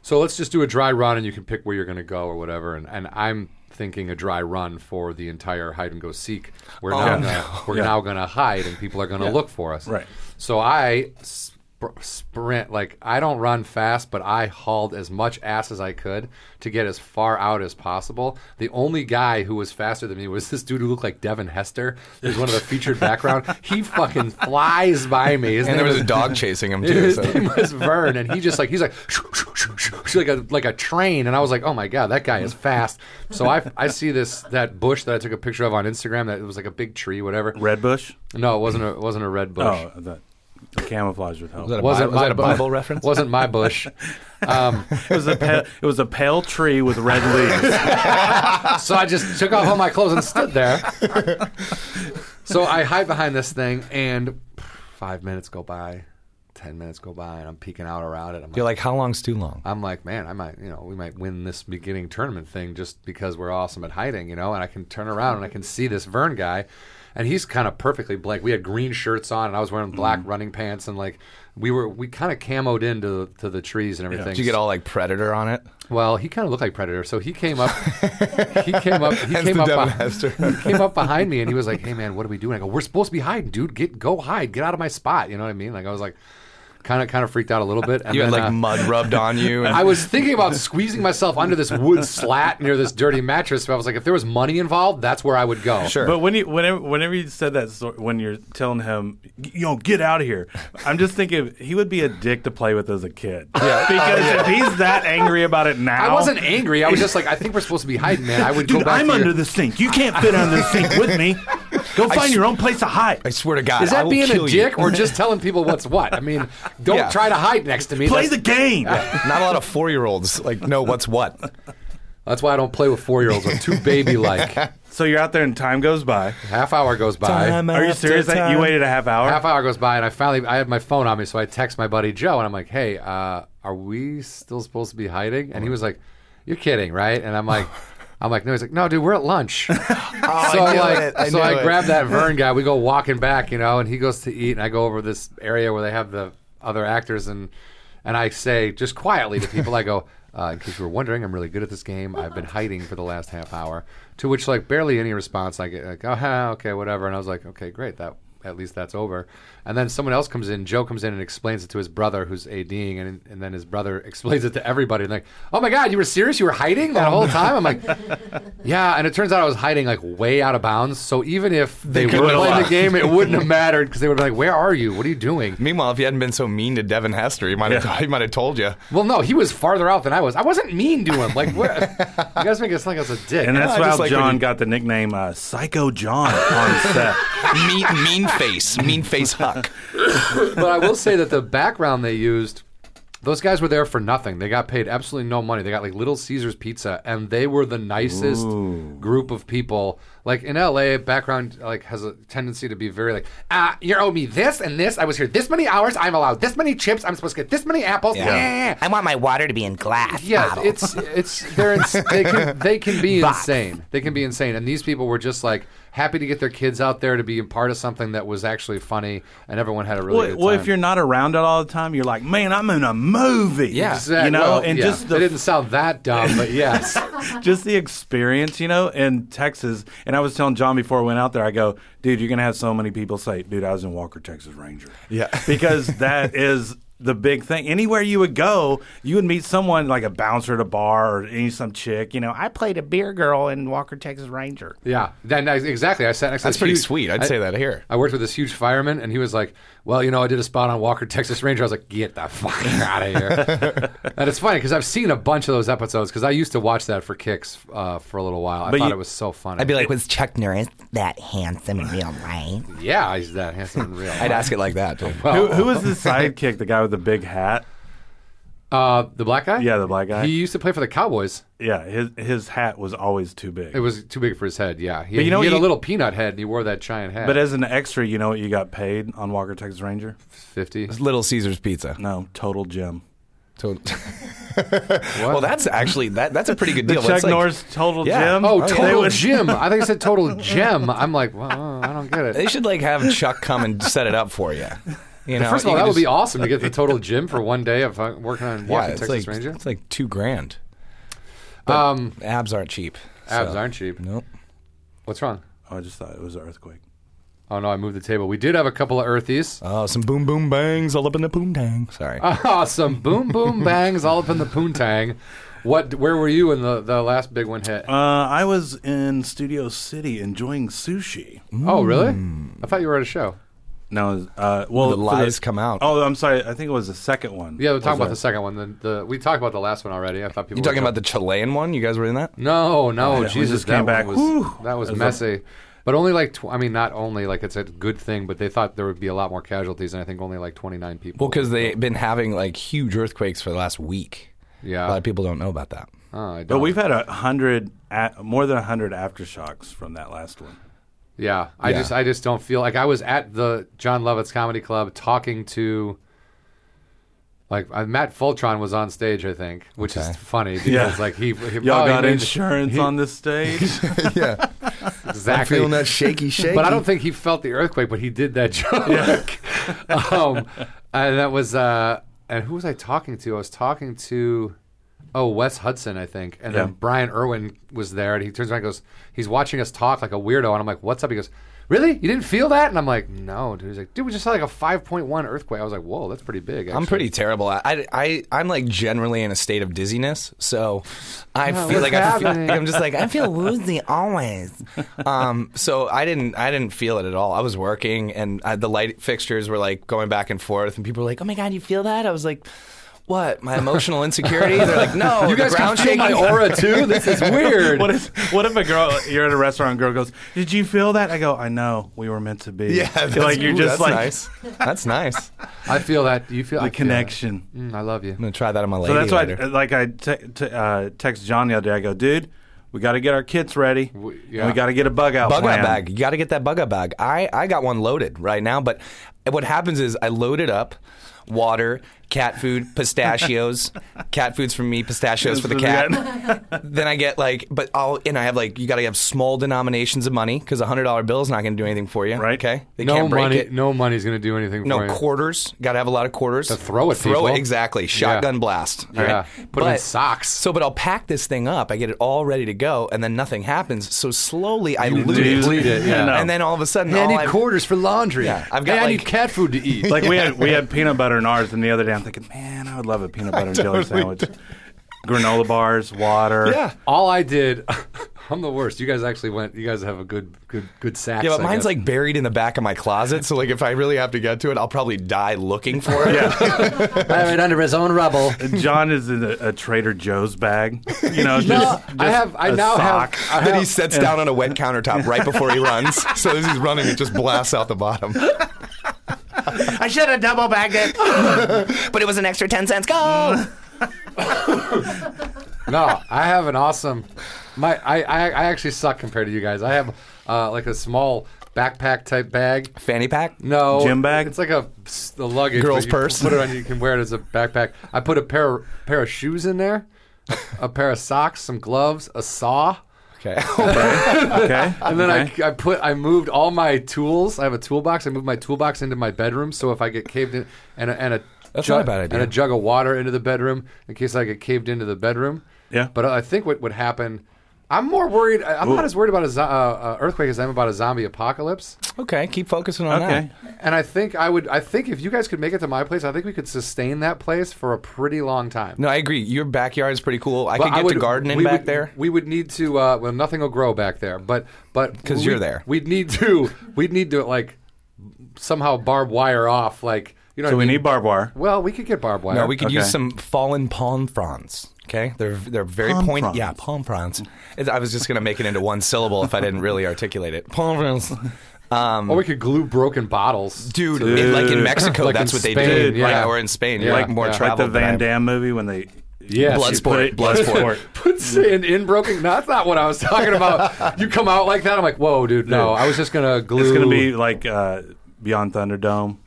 D: so let's just do a dry run and you can pick where you're going to go or whatever and, and i'm thinking a dry run for the entire hide and go seek. We're now gonna, we're now going to hide, and people are going to look for us.
A: Right.
D: So I sp- sprint like I don't run fast, but I hauled as much ass as I could to get as far out as possible. The only guy who was faster than me was this dude who looked like Devin Hester, who's one of the featured background. He fucking flies by me. His name
E: And there was
D: is-
E: a [laughs] dog chasing him too.
D: his
E: So.
D: name was Vern, and he just like he's like like a like a train, and I was like, oh my god, that guy is fast. So I I see this that bush that I took a picture of on Instagram that it was like a big tree, whatever.
A: Red bush.
D: No, it wasn't a it wasn't a red bush.
A: Oh, the, the camouflage would help.
E: that a
D: wasn't
E: Bi- was
D: my
E: that a
D: bu-
E: Bible reference?
D: Wasn't my
E: [laughs]
D: bush. Um,
A: It
D: [laughs]
A: was a pale, it was a pale tree with red leaves.
D: so I just took off all my clothes and stood there. so I hide behind this thing, and five minutes go by, ten minutes go by, and I'm peeking out around it. I'm
E: You're like, how long's too long?
D: I'm like, man, I might, you know, we might win this beginning tournament thing just because we're awesome at hiding, you know. And I can turn around and I can see this Vern guy, and he's kind of perfectly blank. We had green shirts on, and I was wearing
E: Mm-hmm.
D: black running pants, and like we were, we kind of camoed into to the trees and everything.
E: Did you get all like predator on it?
D: Well, he kind of looked like Predator, so he came up. he came up. He
E: Hence
D: came
E: the
D: up.
E: Devin
D: beh- [laughs]
E: [laughs] Hester.
D: he came up behind me, and he was like, "Hey, man, what are we doing?" I go, "We're supposed to be hiding, dude. Get go hide. Get out of my spot." You know what I mean? Like I was like, kind of kind of freaked out a little bit. And
E: You had
D: then,
E: like
D: uh,
E: mud rubbed on you. And
D: I was thinking about squeezing myself under this wood slat near this dirty mattress. But I was like, if there was money involved, that's where I would go.
E: Sure.
A: But when you whenever whenever you said that story, when you're telling him, you know, get out of here, I'm just thinking he would be a dick to play with as a kid. Yeah.
D: Oh,
A: Because if he's that angry about it now,
D: I wasn't angry. I was just like, I think we're supposed to be hiding, man. I would go
A: Dude,
D: back.
A: I'm
D: to your-
A: under the sink. You can't fit under the sink with
D: [laughs]
A: me. Go find your own place to hide.
E: I swear to God,
D: Is
E: I
D: that
E: will
D: being
E: kill
D: a
E: you.
D: dick
E: [laughs]
D: or just telling people what's what? I mean, don't
E: Yeah.
D: try to hide next to me.
A: Play
D: That's-
A: the game.
E: Not a lot of four year olds like know what's what.
D: [laughs] That's why I don't play with four year olds. I'm too baby like.
A: So you're out there, and time goes by.
D: half hour goes by.
A: Are you serious? That you waited a half hour?
D: half hour goes by, and I finally I had my phone on me, so I text my buddy Joe, and I'm like, "Hey, uh, are we still supposed to be hiding?" And he was like, "You're kidding, right?" And I'm like. I'm like, no. He's like, no, dude, we're at lunch. so I
E: knew
D: like,
E: it. Oh, I
D: so
E: knew
D: I
E: it.
D: grab that Vern guy.
E: [laughs]
D: We go walking back, you know, and he goes to eat, and I go over this area where they have the other actors, and and I say just quietly to people, I
E: [laughs]
D: go, uh, in case you were wondering, I'm really good at this game. I've been hiding for the last half hour. To which like barely any response. I get like, oh, ha, okay, whatever. And I was like, okay, great. That at least that's over. And then someone else comes in. Joe comes in and explains it to his brother, who's ADing, and and then his brother [laughs] explains it to everybody. And like, oh my god, you were serious? You were hiding that whole time? I'm like, yeah. And it turns out I was hiding like way out of bounds. So even if they,
E: could've
D: were playing
E: lost.
D: the game, it wouldn't have mattered because they would be like, where are you? What are you doing?
E: Meanwhile, if you hadn't been so mean to Devin Hester, he might have
A: Yeah.
E: [laughs] he might have told you.
D: Well, no, he was farther out than I was. I wasn't mean to him. Like, what? you guys make it sound like I was a dick.
A: And that's
E: I just
A: how
E: like when
A: John
E: you-
A: got the nickname uh, Psycho John
D: [laughs]
A: on set.
E: Mean, mean face, mean face Huck.
D: but I will say that the background they used, those guys were there for nothing. They got paid absolutely no money. They got like Little Caesars pizza, and they were the nicest group of people. Like in LA, background like has a tendency to be very like, ah, you owe me this and this. I was here this many hours. I'm allowed this many chips. I'm supposed to get this many apples. [laughs] Yeah, yeah, yeah.
C: I want my water to be in glass.
D: Yeah,
C: bottle.
D: it's it's they're ins- they can they can be insane. They can be insane, and these people were just like happy to get their kids out there to be a part of something that was actually funny, and everyone had a really
A: Well,
D: good time.
A: well, if you're not around it all the time, you're like, man, I'm in a movie.
E: Yeah.
D: Exact-
A: you know,
D: well,
A: and
D: yeah.
A: just
D: it
A: the
D: didn't sound that dumb, but yes,
A: just the experience, you know, in Texas. And I was telling John before I went out there, I go, dude, you're gonna have so many people say, dude, I was in Walker, Texas Ranger.
E: Yeah.
A: [laughs] because that is the big thing. Anywhere you would go, you would meet someone like a bouncer at a bar or any some chick. You know, I played a beer girl in Walker, Texas Ranger.
D: yeah, then I- exactly. I sat next.
E: That's
D: to this
E: pretty
D: huge-
E: sweet. I'd
D: I-
E: say that here.
D: I worked with this huge fireman, and he was like, "Well, you know, I did a spot on Walker Texas Ranger." I was like, "Get the fuck [laughs] out of here!" and it's funny because I've seen a bunch of those episodes because I used to watch that for kicks uh, for a little while. I
A: But
D: thought
A: you-
D: it was so funny.
C: I'd be like, was Chuck Norris that handsome in real life?
D: "Yeah, he's that handsome and real."
E: I'd ask it like that. Too.
A: Who, who was the sidekick? The guy with the big hat?
D: Uh, the black guy.
A: Yeah, the black guy.
D: He used to play for the Cowboys.
A: yeah, his his hat was always too big.
D: It was too big for his head. Yeah, he,
A: But you know
D: he had
A: what
D: a
A: you-
D: little peanut head, and he wore that giant hat.
A: but as an extra, you know what you got paid on Walker, Texas Ranger?
D: fifty.
E: [laughs] Little Caesars pizza.
A: No, total gym.
E: To- well, that's actually that. That's a pretty good
A: The
E: deal.
A: Chuck
E: That's like-
A: Norris total
E: Yeah.
A: gym.
D: Oh,
A: They
D: total
A: would-
D: gym. I think I said
E: [laughs]
D: total gem. I'm like, well, I don't get it.
E: They should like have Chuck come and set it up for you. You know,
D: First of all,
E: you
D: that
E: could
D: would be
E: just-
D: awesome to get the total gym for one day of uh, working on
E: Yeah,
D: walking
E: it's
D: Texas
E: like
D: Ranger.
E: it's like two grand.
D: Um,
E: Abs aren't cheap.
D: Abs aren't cheap.
E: Nope.
D: What's wrong?
A: Oh, I just thought it was an earthquake.
D: Oh no, I moved the table. We did have a couple of earthies. [laughs]
E: Oh, some boom boom bangs all up in the poontang. Sorry.
D: Oh, some boom
E: [laughs]
D: boom bangs all up in the poontang. What? Where were you when the, the last big one hit?
A: Uh, I was in Studio City enjoying sushi.
E: Mm.
D: oh, really? I thought you were at a show.
A: No, uh, well,
E: The
A: for
E: lies come out.
A: Oh, I'm sorry. I think it was the second one.
D: Yeah, we're talking about the second one. The, the we talked about the last one already. I thought people.
E: You talking about the Chilean one? You guys were in that?
D: No, no,
A: Oh, yeah, we
D: Jesus,
A: just
D: that
A: came
D: one
A: back.
D: was
A: Whew.
D: that was
A: That was
D: messy. but only like tw- I mean, not only like it's a good thing, but they thought there would be a lot more casualties, and I think only like twenty nine people.
E: Well, because they've been having like huge earthquakes for the last week.
D: yeah,
E: A lot of people don't know
D: [laughs]
E: about that.
D: Oh, I don't.
A: But we've had a hundred, at, more than a hundred aftershocks from that last one.
D: Yeah, I just I just don't feel like I was at the John Lovitz Comedy Club talking to like uh, Matt Fultron was on stage, I think, which is funny because
A: Yeah.
D: like he, he
A: Y'all
D: oh, he
A: got
D: made-
A: insurance on this
D: [laughs]
A: stage?
E: yeah,
D: exactly.
E: feeling that [laughs] shaky, shaky.
D: But I don't think he felt the earthquake, but he did that [laughs] joke. [laughs] um, and that was, uh, and who was I talking to? I was talking to, oh, Wes Hudson, I think. And
A: Yeah.
D: then Brian Irwin was there, and he turns around and goes, he's watching us talk like a weirdo. And I'm like, what's up? He goes, really? You didn't feel that? And I'm like, no, dude. He's like, dude, we just saw like a 5.1 earthquake. I was like, whoa, that's pretty big.
E: I'm
D: actually.
E: pretty terrible. I, I, I, I'm like generally in a state of dizziness, so I feel
D: Oh, what's
E: like I feel,
D: happening?
E: I'm just like
D: [laughs]
E: I feel woozy always. Um, so I didn't, I didn't feel it at all. I was working, and I, the light fixtures were like going back and forth, and people were like, "Oh my god, you feel that?" I was like. What? My emotional insecurity? They're like, no.
D: You
E: the
D: guys can
E: ground
D: feel my
E: shaking.
D: aura too? This is weird.
A: what if what if a girl you're at a restaurant and girl goes, Did you feel that? I go, I know, we were meant to be.
E: Yeah,
A: [laughs]
E: that's,
A: like you're
E: ooh,
A: just
E: that's
A: like
E: nice. That's nice. I'm
D: I feel that. You feel
A: the
D: I feel that.
A: connection.
D: Mm, I love you.
E: gonna try that on my lady.
A: So that's why
E: later.
A: I, like I te- te- uh, text John the other day, I go, dude, we gotta get our kits ready.
D: We-
A: and
D: yeah.
A: we gotta get a bug out.
E: bug
A: plan.
E: out bag. You got to get that bug out bag. I, I got one loaded right now, but what happens is I load it up. Water, cat food, [laughs] pistachios, cat foods for me, pistachios for the cat. [laughs] then I get like, but I'll and I have like, you got to have small denominations of money because a hundred dollar bill is not going to do anything for you,
A: Right.
E: Okay, they
D: no
E: can't break
D: money.
E: it.
D: No money's going to do anything for
E: No
D: you.
E: quarters. Got to have a lot of quarters. To
D: throw at
E: Throw
D: people.
E: it exactly. Shotgun blast. all
D: Yeah.
E: right?
D: Put 'em in socks.
E: So, but I'll pack this thing up. I get it all ready to go, and then nothing happens. So slowly I loot
A: do.
E: it,
A: Bleed it, yeah.
E: and then all of a sudden, all I've-
D: quarters for laundry.
E: Yeah, I've
D: Hey,
E: got,
D: I
E: [laughs] like-
D: need cat food to
A: [laughs]
D: eat.
A: Like we had we had peanut butter in ours and the other day I'm thinking, Man, I would love a
D: [laughs]
A: peanut butter and jelly sandwich. Granola bars, water.
E: yeah.
D: all I did, [laughs] I'm the worst. You guys actually went. You guys have a good, good, good sack.
E: Yeah, but mine's like buried in the back of my closet. So, like, if I really have to get to it, I'll probably die looking for it. yeah.
D: buried under his own [laughs] rubble.
A: John is in a, a Trader Joe's bag. You
D: [laughs]
A: know, just, just
D: I have. I
A: a
D: now
A: sock.
D: have. [laughs] I
E: That he
D: have
E: sets down on a wet countertop right [laughs] before he runs. So as he's running, it just blasts out the bottom.
C: I should have double bagged it.
G: [laughs]
E: But it was an extra ten cents. Go.
D: no, I have an awesome. My, I, I, I actually suck compared to you guys. I have uh, like a small backpack type bag.
E: Fanny pack.
D: No
A: Gym bag?
D: It's like a, a luggage but
E: Girl's
D: you
E: purse.
D: Put it on. You can wear it as a backpack. I put a pair pair of shoes in there, a pair of socks, some gloves, a saw.
E: Okay. [laughs]
A: Okay.
D: And then
A: okay.
D: I, I put I moved all my tools. I have a toolbox. I moved my toolbox into my bedroom. So if I get caved in and a, and a
E: That's
D: jug,
E: not a bad idea.
D: and a jug of water into the bedroom in case I get caved into the bedroom.
A: Yeah.
D: But I think what would happen. I'm more worried. I- I'm not as worried about a zo- uh, uh, earthquake as I am about a zombie apocalypse.
E: okay. Keep focusing on
A: Okay.
E: that.
D: And I think I would. I think if you guys could make it to my place, I think we could sustain that place for a pretty long time.
E: No, I agree. Your backyard is pretty cool. I
D: But
E: could get
D: would-
E: to gardening
D: we
E: back
D: would-
E: there.
D: We would need to. Uh, well, nothing will grow back there, but but
E: 'Cause
D: we-
E: you're there.
D: we'd need to. We'd need to like somehow barbed wire off. Like you know.
A: So
D: what
A: we
D: I mean?
A: need barbed wire.
D: Well, we could get barbed wire.
E: No, we could
A: Okay.
E: use some fallen palm fronds. Okay, they're they're very
A: Palm
E: pointy.
A: fronds.
E: Yeah, palm fronds. It- I was just gonna make it into one syllable if I didn't really articulate it. Palm fronds. Um,
D: Or we could glue broken bottles,
E: dude, it- like in Mexico,
D: Oh, [laughs] Like
E: that's
D: in
E: what they
D: Spain,
E: do.
D: yeah.
E: or in Spain,
D: Yeah.
E: like more
D: Like the
A: Like
E: travel.
A: the
E: than I-
A: Van Damme movie when they
D: Yes,
E: Blood
D: you
E: sport.
D: put it-
E: Blood sport.
D: [laughs] Put sand in broken. No, that's not what I was talking
E: [laughs]
D: about. you come out like that. I'm like, whoa, dude. No, I was just gonna glue.
A: It's gonna be like uh, Beyond Thunderdome.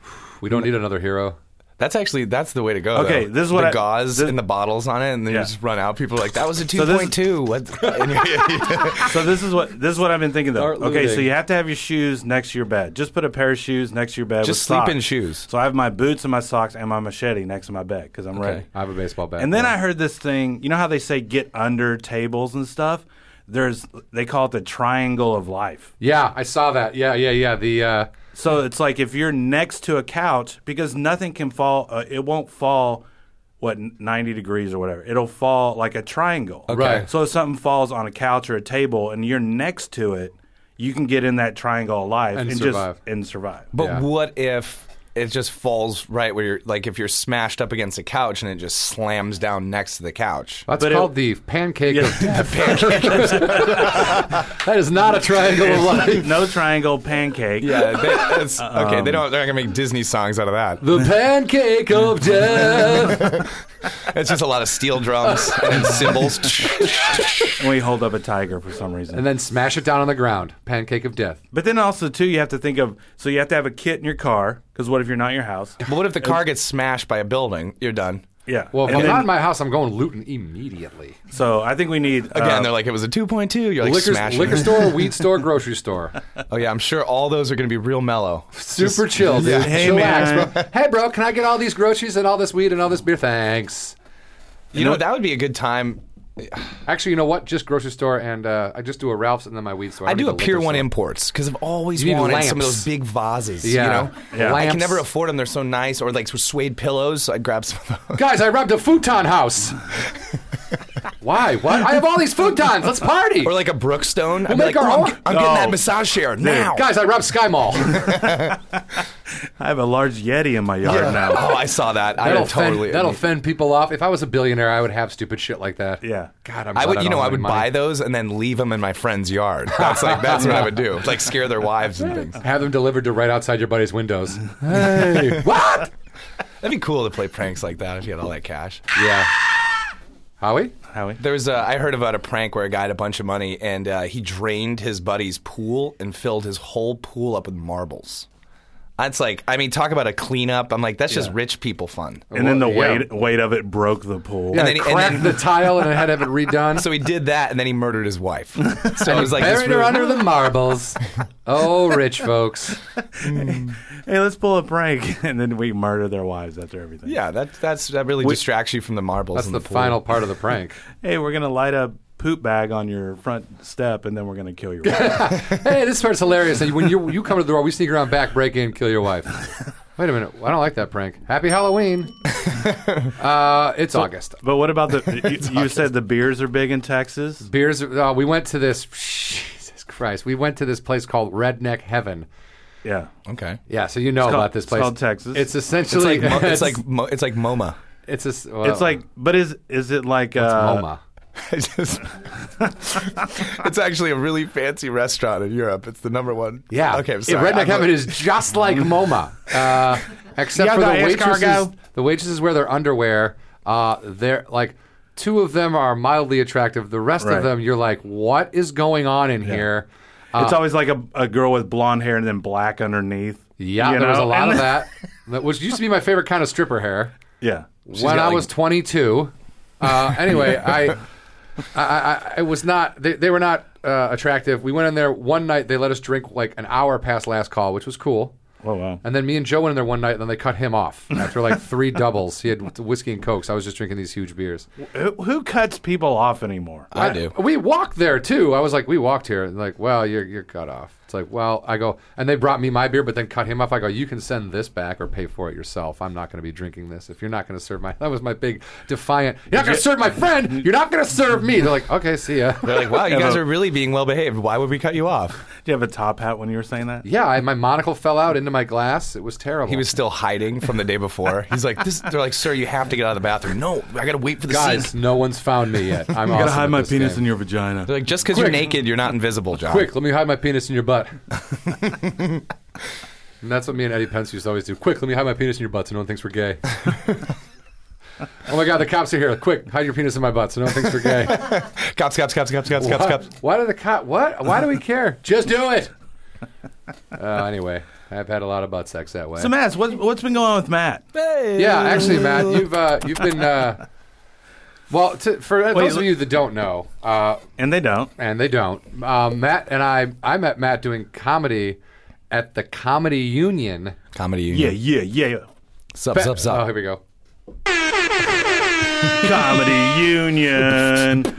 D: We don't need another hero.
E: That's actually that's the way to go.
A: Okay,
E: though.
A: this is what
E: the
A: I-
E: gauze
A: this-
E: and the bottles on it, and then
A: Yeah.
E: you just run out. People are like, "That was a two
A: So this-
E: point two. What?
A: [laughs]
E: And you're-
A: So this is what this is what I've been thinking though.
D: Start
A: Okay, so
D: looting.
A: you have to have your shoes next to your bed. Just put a pair of shoes next to your bed.
E: Just
A: with
E: sleep in
A: socks.
E: shoes.
A: So I have my boots and my socks and my machete next to my bed because I'm ready.
D: I have a baseball bat.
A: And then I heard this thing. You know how they say get under tables and stuff. there's they call it the triangle of life.
D: Yeah, I saw that. Yeah, yeah, yeah. The uh,
A: So it's like if you're next to a couch because nothing can fall. Uh, it won't fall. What ninety degrees or whatever? It'll fall like a triangle.
D: Right.
A: So if something falls on a couch or a table and you're next to it, you can get in that triangle of life
D: And survive.
A: just and survive.
E: But
D: Yeah.
E: what if it just falls right where you're like if you're smashed up against a couch and it just slams down next to the couch?
D: that's
A: But it-
D: called the [laughs] pancake of death. that is not a triangle of [laughs] life.
A: no triangle pancake.
E: Yeah, Uh,
D: [laughs]
E: they, that's, okay. They don't. They're not gonna make Disney songs out of that.
D: The pancake of death.
E: It's just a lot of steel drums and cymbals.
A: And we hold up a tiger for some reason.
D: and then smash it down on the ground. Pancake of death.
A: But then also too, you have to think of so you have to have a kit in your car because what if you're not in your
D: [laughs]
A: house?
E: [laughs] but what if the car gets smashed by a building? You're done.
A: Yeah.
D: Well, if
A: And
D: I'm
A: then-
D: not in my house, I'm going looting immediately.
A: so I think we need
E: Again,
A: uh,
E: they're like it was a 2.2. You're like
D: Liquor,
E: smashing.
D: liquor
E: it.
D: store, weed store, grocery
E: [laughs]
D: store.
E: Oh yeah, I'm sure all those are gonna be real mellow.
D: Super chill, dude.
A: Hey,
D: Chillax,
A: man.
D: bro. Hey, bro, can I get all these groceries and all this weed and all this beer? Thanks.
E: You know that would be a good time.
D: Actually, you know what? Just grocery store and uh, I just do a Ralph's and then my weed store.
E: I
D: don't
E: do
D: need
E: a
D: the
E: Pier
D: liquor
E: One
D: store.
E: imports because I've always
D: You need
E: wanted some
D: lamps.
E: of those big vases.
D: Yeah.
E: You know,
D: Yeah.
E: I
D: Lamps.
E: can never afford them. They're so nice, or like suede pillows. So I'd grab some. of those. [laughs]
D: Guys, I robbed a futon house. Why? What? I have all these futons. Let's party.
E: Or like a Brookstone. I'd be
D: make
E: like,
D: our
E: "Oh,
D: own."
E: I'm, I'm getting
A: No.
E: that massage chair now.
D: Guys, I robbed Sky
E: [laughs]
D: Mall.
A: I have a large Yeti in my yard now.
D: [laughs]
E: oh, I saw that. I
D: That'll,
E: would
D: fend,
E: totally.
D: that'll fend people off. If I was a billionaire, I would have stupid shit like that.
A: Yeah.
D: God, I'm
E: I
D: glad
E: would, you
D: don't
E: know,
D: have
E: I
D: any
E: would
D: money.
E: buy those and then leave them in my friend's yard. That's like that's what I would do. Like scare their wives and things.
D: Have them delivered to right outside your buddy's windows.
E: [laughs]
D: Hey, what?
E: That'd be cool to play pranks like that if you had all that cash.
D: Yeah. Howie?
A: Howie.
E: There was a, I heard about a prank where a guy had a bunch of money and uh, he drained his buddy's pool and filled his whole pool up with marbles. That's like, I mean, talk about a cleanup. I'm like, that's just rich people fun.
A: And then the
D: Yeah.
A: weight weight of it broke the pool.
D: Yeah,
E: then he- and
D: cracked
E: then-
D: the tile and I had to have it redone.
E: [laughs] So he did that and then he murdered his wife.
D: [laughs]
E: So it was like, this
D: Buried her
E: really-
D: under the
E: [laughs]
D: marbles. Oh, rich folks.
A: Hey, let's pull a prank, [laughs] and then we murder their wives after everything.
E: yeah, that, that's, that really distracts you from the marbles.
D: That's
E: in
D: the
E: the, pool.
D: final part of the prank.
A: Hey, we're gonna light a poop bag on your front step, and then we're gonna kill your wife. [laughs]
D: hey, this part's hilarious. And When you you come to the door, we sneak around back, break in, kill your wife. Wait a minute. I don't like that prank. Happy Halloween. Uh, it's August.
A: but what
D: [laughs]
A: about the? You, you said the beers are big in Texas.
D: Beers. Uh, we went to this. Jesus Christ. We went to this place called Redneck Heaven.
A: Yeah.
E: Okay.
D: Yeah, so you know
A: called-
D: about this
A: it's
D: place.
A: called Texas.
D: It's
E: It's
D: essentially
E: like, mo-
D: [laughs] it's
E: it's, like, mo- it's like MoMA.
D: it's a s- well,
A: It's like, but is is it like uh,
D: MoMA.
E: I just- [laughs] it's actually a really fancy restaurant in Europe. It's the number one.
D: Yeah.
E: Okay. I'm
D: Yeah,
E: sorry.
D: Redneck
E: I'm a-
D: Heaven is just
E: [laughs]
D: like MoMA, uh, except for the
A: got
D: waitresses.
A: escargot?
D: The waitresses wear their underwear. Uh, they're like two of them are mildly attractive. The rest
A: Right.
D: of them, you're like, what is going on in here?
A: It's
D: Uh.
A: always like a, a girl with blonde hair and then black underneath.
D: Yeah,
A: You
D: there was a
A: know?
D: lot
A: And
E: [laughs]
D: of
A: then-
D: that, that- which used to be my favorite kind of stripper hair.
A: Yeah.
D: when
E: got,
D: I
E: like-
D: was 22. Uh,
E: [laughs]
D: anyway, I, I, I, I was not. They, they were not uh, attractive. We went in there one night. They let us drink like an hour past last call, which was cool.
A: Oh wow.
D: And then me and Joe went in there one night, and then they cut him off after like [laughs] three doubles. He had whiskey and cokes. I was just drinking these huge beers.
A: Who, who cuts people off anymore?
E: I do.
D: We walked there too. I was like, we walked here. And like, well, you're you're cut off. It's like, well, I go, and they brought me my beer, but then cut him off. I go, you can send this back or pay for it yourself. I'm not going to be drinking this if you're not going to serve my. [laughs] That was my big defiant. You're not going to serve my friend. You're not going to serve me. They're like, okay, see ya.
E: They're like, wow, you
A: Yeah,
E: guys
A: but-
E: are really being well behaved. Why would we cut you off?
A: Did you have a top hat when you were saying that?
D: [laughs] Yeah, I, my monocle fell out into my glass. It was terrible.
E: He was still hiding from the day before. He's like, this, they're like, sir, you have to get out of the bathroom. No, I gotta wait for the
D: guys.
E: sink.
D: No one's found me
E: [laughs]
D: yet. I'm
A: You gotta hide my penis
D: game.
A: in your vagina.
E: They're like, just because you're
D: Quick.
E: naked, you're not invisible, John.
D: Quick, let me hide my penis in your butt. [laughs] and that's what me and Eddie Pence used to always do. Quick, let me hide my penis in your butt so no one thinks we're
E: [laughs]
D: gay. oh my God, the cops are here. Quick, hide your penis in my butt so no one thinks we're gay.
E: [laughs] Cops, cops, cops, cops, cops, cops,
D: why,
E: cops.
D: why do the cop? What? Why do we care? Just do it. Uh, anyway, I've had a lot of butt sex that way.
A: So Matt, what's what's been going on with Matt?
D: yeah, actually, Matt, you've uh, you've been. Uh, well, to, for those of
A: l-
D: you that don't know, uh,
A: And they don't.
D: and they don't. Um, Matt and I, I met Matt doing comedy at the Comedy Union.
E: Comedy
A: Yeah,
E: union.
A: yeah, yeah.
E: Sup, sup,
D: Oh,
E: sup.
D: here we go.
A: Comedy Union.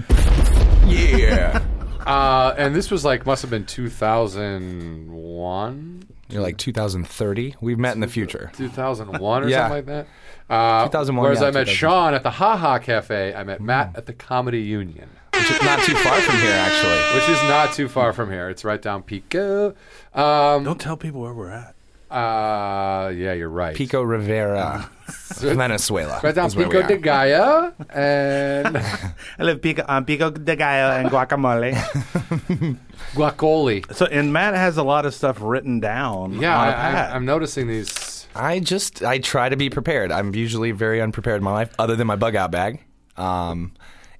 E: yeah.
D: Uh, and this was like must have been 2001,
E: You're like 2030. We've met in the future.
D: 2001 or
E: Yeah.
D: something like that. Uh,
E: 2001,
D: Whereas
E: yeah, Mm-hmm.
D: I met
E: 2000.
D: Sean at the Ha Ha Cafe. I met Matt at the Comedy Union,
E: Which is not too far from here, actually.
D: which is not too far from here. It's right down Pico. Um,
A: Don't tell people where we're at.
D: uh, yeah, you're right.
E: Pico
D: [laughs]
E: Rivera, Venezuela.
D: Right down
E: is where we
D: Pico
E: are.
D: de
E: [laughs]
D: Gaia, and
A: I live Pico, on Pico de Gallo and guacamole.
D: Guacoli.
A: so, and Matt has a lot of stuff written down.
D: Yeah,
A: on
D: I,
A: a pad.
D: I, I'm noticing these.
E: I just I try to be prepared. I'm usually very unprepared in my life, other than my bug out bag. Um,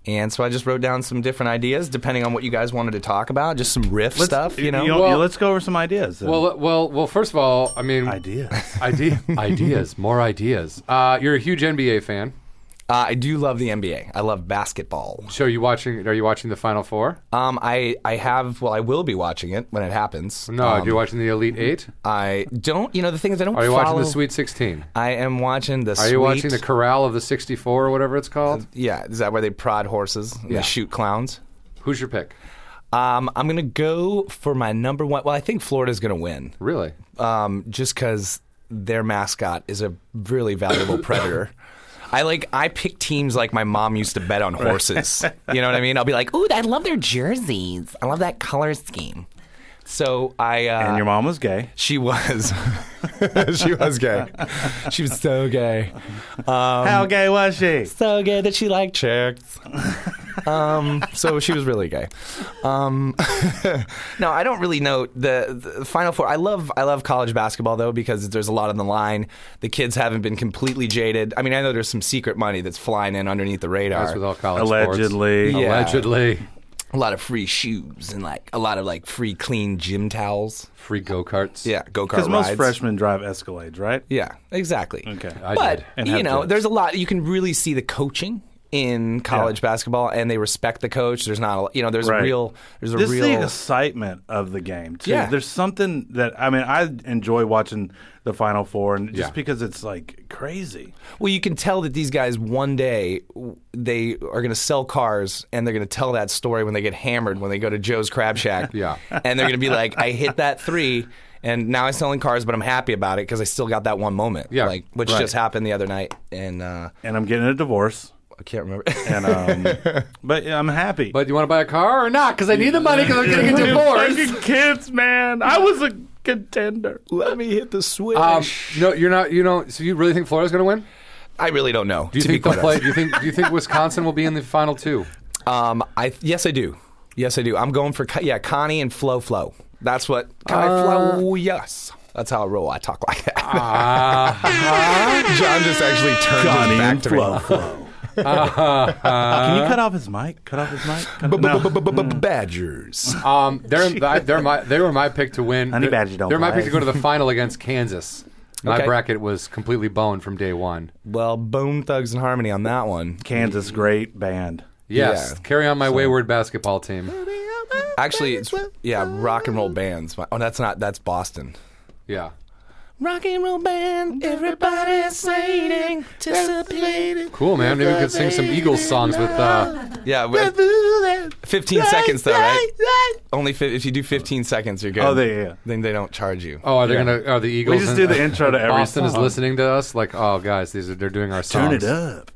E: and so I just wrote down some different ideas depending on what you guys wanted to talk about, just some riff stuff, you know.
D: Well-
A: let's go over some ideas. then.
D: Well, uh, well, well. First of all, I mean,
A: ideas. [laughs]
E: [laughs]
D: idea, ideas, more ideas. Uh, you're a huge NBA fan.
E: uh, I do love the NBA. I love basketball.
D: So are you watching? Are you watching the Final Four?
E: Um, I I have well, I will be watching it when it happens.
D: No,
E: Um,
D: are you watching the Elite Eight?
E: I don't. You know the thing is, I don't.
D: Are you watching
E: follow-
D: the Sweet Sixteen?
E: I am watching the.
D: Are you
E: Sweet- Uh,
D: watching the Corral of the '64 or whatever it's called?
E: Yeah, is that where they prod horses and
D: Yeah.
E: they shoot clowns?
D: Who's your pick?
E: Um, I'm gonna go for my number one. Well, I think Florida's gonna win.
D: Really?
E: um, just because their mascot is a really valuable [coughs] predator. I like I pick teams like my mom used to bet on horses. You know what I mean? I'll be like, "Ooh, I love their jerseys. I love that color scheme." So I uh,
A: and your mom was gay.
E: she was [laughs] she was gay. She was so gay,
A: How gay was she?
E: so gay that she liked chicks. Um, so she was really gay. Um, [laughs] no, I don't really know the, the Final Four. I love I love college basketball though because there's a lot on the line. The kids haven't been completely jaded. I mean, I know there's some secret money that's flying in underneath the radar.
D: That's with all college sports.
A: Allegedly.
E: Yeah.
D: Allegedly,
E: a lot of free shoes and like a lot of like free clean gym towels.
D: free go karts.
E: Yeah, go kart
A: Because most
E: rides.
A: freshmen drive Escalades, right?
E: Yeah, exactly.
A: Okay.
D: I
E: but
D: did.
A: And
E: you
A: have
E: know,
A: kids.
E: there's a lot you can really see the coaching in college basketball, and they respect the coach. There's not, a, you know, there's
A: Right.
E: a real, there's a
A: This is the
E: real.
A: excitement of the game too.
E: Yeah.
A: There's something that I mean I enjoy watching the Final Four and just
D: Yeah.
A: because it's like crazy.
E: Well, you can tell that these guys one day w- they are going to sell cars, and they're going to tell that story when they get hammered when they go to Joe's Crab Shack.
D: [laughs] Yeah.
E: and they're going to be like, "I hit that three, and now I'm selling cars, but I'm happy about it because I still got that one moment."
D: Yeah,
E: like which
D: right.
E: just happened the other night, and uh,
A: And I'm getting a divorce.
E: I can't remember.
A: And um but I'm happy.
D: But you want to buy a car or not? Because I need the money. Because I'm [laughs]
E: [laughs]
D: getting a divorce.
A: Fucking kids, man. I was a contender.
E: [laughs] Let me hit the switch.
D: Um, no, you're not. You know. So you really think Florida's going to win?
E: I really don't know.
D: Do you
E: to
D: think
E: be
D: they'll
E: quite
D: play? Do you think? Do you think Wisconsin will be in the final two?
E: Um, I yes, I do. Yes, I do. I'm going for Con- yeah, Connie and Flow Flow. That's what Connie Flow. Yes, that's how I roll. I talk like that. [laughs] John just actually turned
A: Johnny
E: his back
A: and
E: to
A: Flo
E: me.
A: Flo.
E: [laughs]
A: Can you cut off his mic? Cut off his mic? Cut- no.
E: Badgers.
D: Um, they're I, they're my they were my pick to win.
A: Honey
D: They're-
A: Badger don't
D: They're my pick
A: play.
D: to go to the final against Kansas. My
E: Okay.
D: bracket was completely boned from day one.
E: Well, Bone Thugs and Harmony on that one.
A: Kansas, great band.
D: Yes,
E: Yeah.
D: carry on my wayward basketball team.
E: Actually, it's yeah, rock and roll bands. My- Oh, that's not that's Boston.
D: Yeah,
E: Rock and roll band. Everybody's waiting.
D: cool man. Maybe we could sing some Eagles songs with. Uh,
E: Yeah, but 15 seconds though, right? Only fi- if you do 15 seconds, you're good.
A: Oh, they- yeah.
E: Then they don't charge you.
D: oh, are they gonna? Are the Eagles?
A: We just do the intro to every
D: Boston is
A: song.
D: listening to us. Like, oh guys, these are they're doing our songs.
A: Turn it up.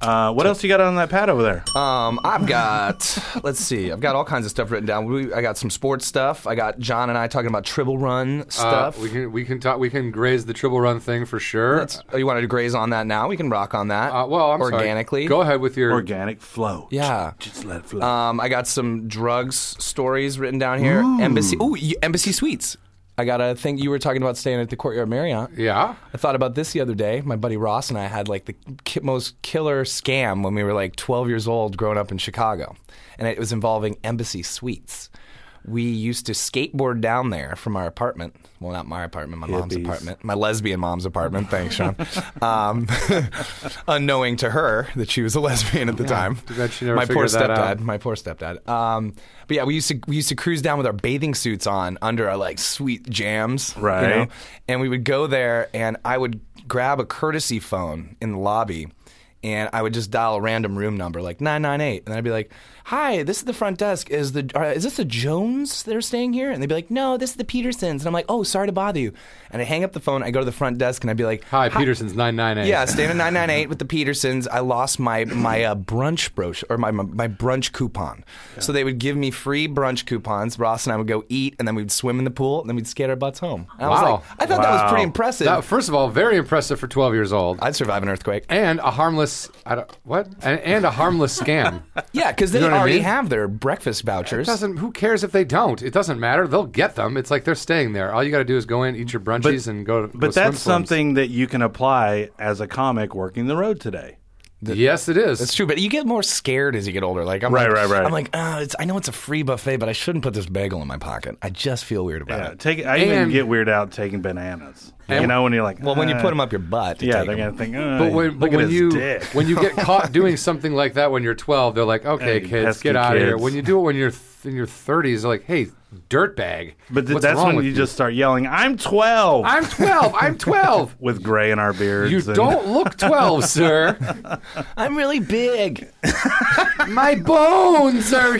A: Uh, what else you got on that pad over there?
E: Um, I've got let's see, I've got all kinds of stuff written down. We, I got some sports stuff. I got John and I talking about Tribble Run
D: Uh,
E: stuff.
D: we can we can talk. We can graze the triple run thing for sure.
E: That's- oh, you wanted to graze on that now? We can rock on that.
D: uh, well, I'm sorry.
E: organically.
D: Go ahead with your.
A: Organic flow.
E: Yeah.
A: Just let it flow.
D: Uh,
E: Um, I got some drugs stories written down here. Embassy. Ooh, y- Embassy Suites. I got a thing you were talking about staying at the Courtyard Marriott.
D: yeah.
E: I thought about this the other day. My buddy Ross and I had like the ki- most killer scam when we were like 12 years old growing up in Chicago. And it was involving embassy suites. We used to skateboard down there from our apartment. Well, not my apartment, my mom's
A: Hippies.
E: apartment, my lesbian mom's apartment. Thanks,
D: [laughs]
E: Sean. um, [laughs] unknowing to her that she was a lesbian at the time.
D: too bad she never
E: my poor
D: figured that
E: stepdad.
D: out.
E: My poor stepdad. Um, but yeah, we used to we used to cruise down with our bathing suits on under our like sweet jams, you know?
A: Right.
E: and we would go there and I would grab a courtesy phone in the lobby and I would just dial a random room number, like nine nine eight, and I'd be like, "Hi, this is the front desk. Is the uh, is this the Jones that are staying here?" And they'd be like, "No, this is the Petersons." And I'm like, "Oh, sorry to bother you." And I hang up the phone. I go to the front desk, and I'd be like,
D: Hi, Peterson's nine nine eight.
E: yeah, staying at 998 with the Petersons. I lost my my uh, brunch brochure or my my, my brunch coupon. So they would give me free brunch coupons. Ross and I would go eat, and then we'd swim in the pool, and then we'd skate our butts home. And I
D: Wow.
E: was like, I thought that was pretty impressive.
D: That- first of all, very impressive for twelve years old,
E: I'd survive an earthquake.
D: and a harmless. I don't what? And, and a
A: [laughs]
D: harmless scam.
E: Yeah, because they
D: know what I
E: already
D: mean?
E: have their breakfast vouchers.
D: Doesn't who cares if they don't? It doesn't matter. They'll get them. It's like they're staying there. All you got to do is go in, eat your brunchies, and go. go
A: But that's
D: swim swims.
A: something that you can apply as a comic working the road today.
D: yes, it is.
E: It's true, but you get more scared as you get older. Like I'm
A: Right,
E: like,
A: right, right.
E: I'm like, oh, it's, I know it's a free buffet, but I shouldn't put this bagel in my pocket. I just feel weird about
A: Yeah,
E: it.
A: Uh, take. I even
D: And-
A: get weird out taking bananas.
D: And-
A: you know when you're like,
E: Well, when you
A: "Uh,
E: put them up your butt, to
A: yeah,
E: take
A: they're
E: 'em.
A: gonna think. "Uh,
D: But when,
A: look
D: but
A: at
D: when
A: his
D: you
A: dick."
D: when you
A: [laughs]
D: get caught doing something like that when you're 12, they're like, okay,
A: Hey,
D: kids,
A: pesky
D: get out of here.
A: kids.
D: When you do it when you're th- in your 30s, they're like, hey, dirtbag.
A: but th-
D: what's
A: that's
D: wrong
A: when
D: with
A: you, just start yelling, "I'm 12
D: I'm 12.
A: [laughs]
D: I'm 12.
A: with gray in our beards.
D: You
A: and-
D: don't look 12, sir.
E: I'm really big.
D: My bones are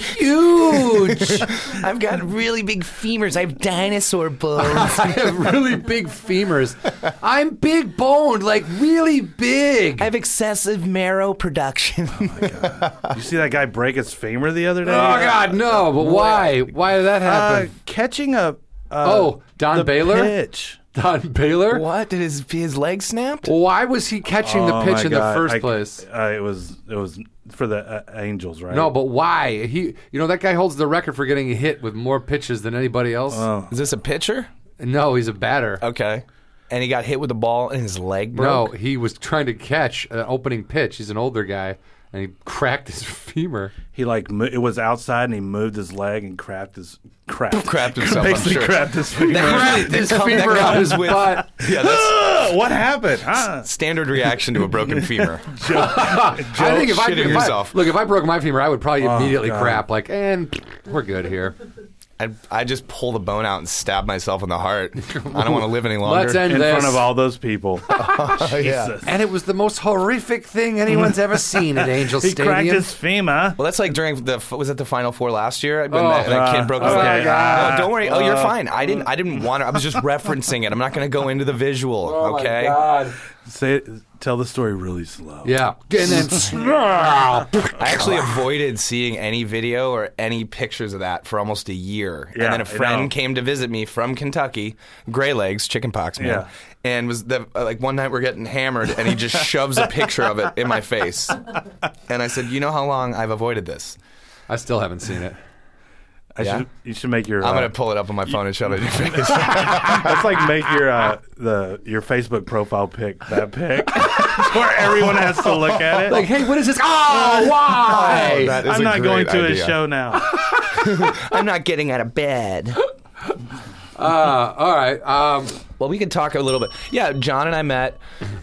D: huge.
E: I've got really big femurs. I have dinosaur [laughs] bones.
D: I have [laughs] really big femurs. I'm big boned, like really big.
E: I have excessive marrow production.
A: [laughs]
E: [laughs]
A: You see that guy break his femur the other day?
D: Oh God, no! But why? Why did that
A: Uh,
D: happen?
A: catching a. Uh,
D: oh, Don
A: the
D: Baylor.
A: pitch.
D: Don Baylor.
E: what? Did his his leg snapped?
D: Why was he catching the
A: Oh,
D: pitch
A: my
D: in
A: God.
D: the first
A: I-
D: place?
A: uh, it was it was for the uh, Angels, right?
D: No, but why? He, you know, that guy holds the record for getting hit with more pitches than anybody else.
A: Oh.
E: Is this a pitcher?
D: No, he's a batter.
E: Okay. And he got hit with a ball and his leg
D: no,
E: broke.
D: he was trying to catch an opening pitch. He's an older guy, and he cracked his [laughs] femur.
A: he like mo- it was outside and he moved his leg and crapped his crap
E: Crapped himself, I'm
A: basically
E: sure.
A: crapped his finger.
E: That-
D: Cracked his
E: that- that
D: femur
E: guy
D: on his
E: was with-
D: butt.
E: [laughs] Yeah, that's
D: [laughs]
A: Ugh, what happened?
E: [laughs]
A: Huh?
E: standard reaction to a broken femur.
D: I think if I,
E: shitting
D: if I-
E: yourself.
D: look, if I broke my femur, I would probably immediately
A: God.
D: crap. Like, and we're good here.
E: I, I just pull the bone out and stab myself in the heart. I don't want to live any longer.
D: Let's end
A: In
D: this.
A: front of all those people. Oh, Jesus.
D: and it was the most horrific thing anyone's ever seen at Angel
A: He
D: Stadium.
A: cracked [laughs] his femur.
E: Well, that's like during the was it the Final Four last year when
D: Oh,
E: that, that
A: uh,
E: kid broke his
A: okay,
E: leg.
A: uh,
E: no, don't worry. Oh, you're fine. I didn't. I didn't want to. I was just referencing it. I'm not going to go into the visual.
A: Oh
E: okay.
A: Say it, tell the story really slow.
D: Yeah, and then [laughs]
E: I actually avoided seeing any video or any pictures of that for almost a year.
A: Yeah,
E: and then a
A: I know.
E: friend came to visit me from Kentucky, gray legs, chicken pox man.
A: Yeah.
E: And was the uh, like one night we're getting hammered and he just shoves a picture of it in my face. And I said, "You know how long I've avoided this?
D: I still haven't seen it.
A: I
E: Yeah.
A: Should, you should make your.
E: I'm
A: uh,
E: going to pull it up on my phone and shove it in your face."
A: That's like make your uh, the your Facebook profile pic that pic [laughs] where everyone has to look at it.
D: Like, hey, what is this? Oh, why?
E: that is
A: I'm
E: a
A: not going
E: great
A: to his
E: idea.
A: show now.
E: I'm not getting out of bed.
D: Uh, all right. Um,
E: Well, we can talk a little bit. Yeah, John and I met.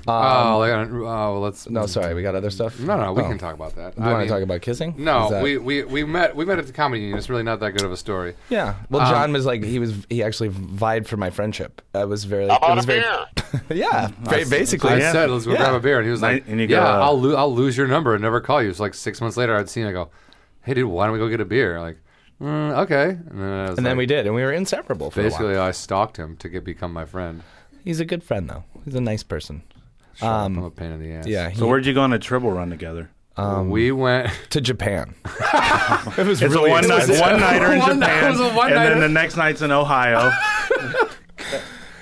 E: Uh,
D: oh, like, uh, oh, let's.
E: no, sorry, we got other stuff. Oh.
D: no, no, we can talk about that.
E: You want to talk about kissing?
D: No,
E: Is that-
D: we, we, we met we met at the comedy union. It's really not that good of a story.
E: Yeah. Well,
A: Um,
E: John was like he was he actually vied for my friendship. That was very. it was very, [laughs] yeah. Very, basically.
D: I
A: yeah.
D: said, let's go
E: Yeah.
D: grab a beer, and he was like,
A: And you go,
D: yeah,
A: uh,
D: I'll, lo- I'll lose your number and never call you. It's like six months later, I'd seen. I go, hey, dude, why don't we go get a beer? like, mm, okay. And then, I was
E: And then we
D: like-
E: did, and we were inseparable for a
D: basically
E: while.
D: I stalked him to get become my friend.
E: He's a good friend, though. He's a nice person.
D: Shut up, I'm a pain in the ass.
E: Yeah. um,
A: So where'd you go on a triple run together?
D: we went. [laughs]
E: to
A: [laughs]
E: Japan. [laughs] it was
A: It's
E: really
A: a one night
E: expensive.
A: one nighter in
D: One- it
A: Japan,
D: was a one
A: and then
D: nighter.
A: the next night's in Ohio.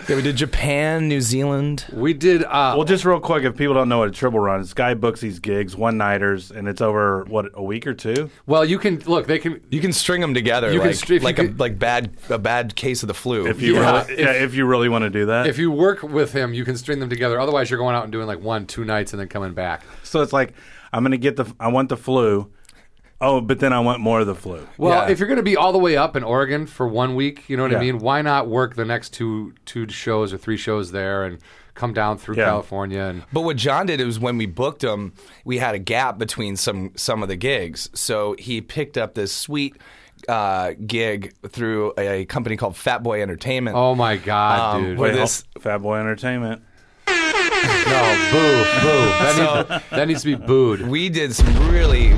E: Yeah, we did Japan, New Zealand.
D: We did. Uh,
A: well, just real quick, if people don't know what a triple run is, guy books these gigs, one nighters, and it's over what a week or two.
D: well, you can look. They can.
E: You can string them together
D: You can
E: like
D: str- if you
E: like a
D: could-
E: like bad a bad case of the flu.
A: If you
D: Yeah,
A: really, yeah, if you really want to do that,
D: If you work with him, you can string them together. Otherwise, you're going out and doing like one, two nights, and then coming back.
A: so it's like I'm gonna get the I want the flu. Oh, but then I want more of the flu.
D: Well,
E: Yeah.
D: if you're going to be all the way up in Oregon for one week, you know what I
A: Yeah.
D: mean. Why not work the next two two shows or three shows there and come down through
A: Yeah.
D: California and
E: But what John did was when we booked him, we had a gap between some some of the gigs. So he picked up this sweet uh, gig through a, company called Fat Boy Entertainment.
D: oh my god,
E: Um,
D: dude,
E: where
A: Wait,
E: this-
A: Fat Boy Entertainment.
D: no, boo, boo. That, needs, that needs to be booed.
E: We did some
D: [laughs]
E: really.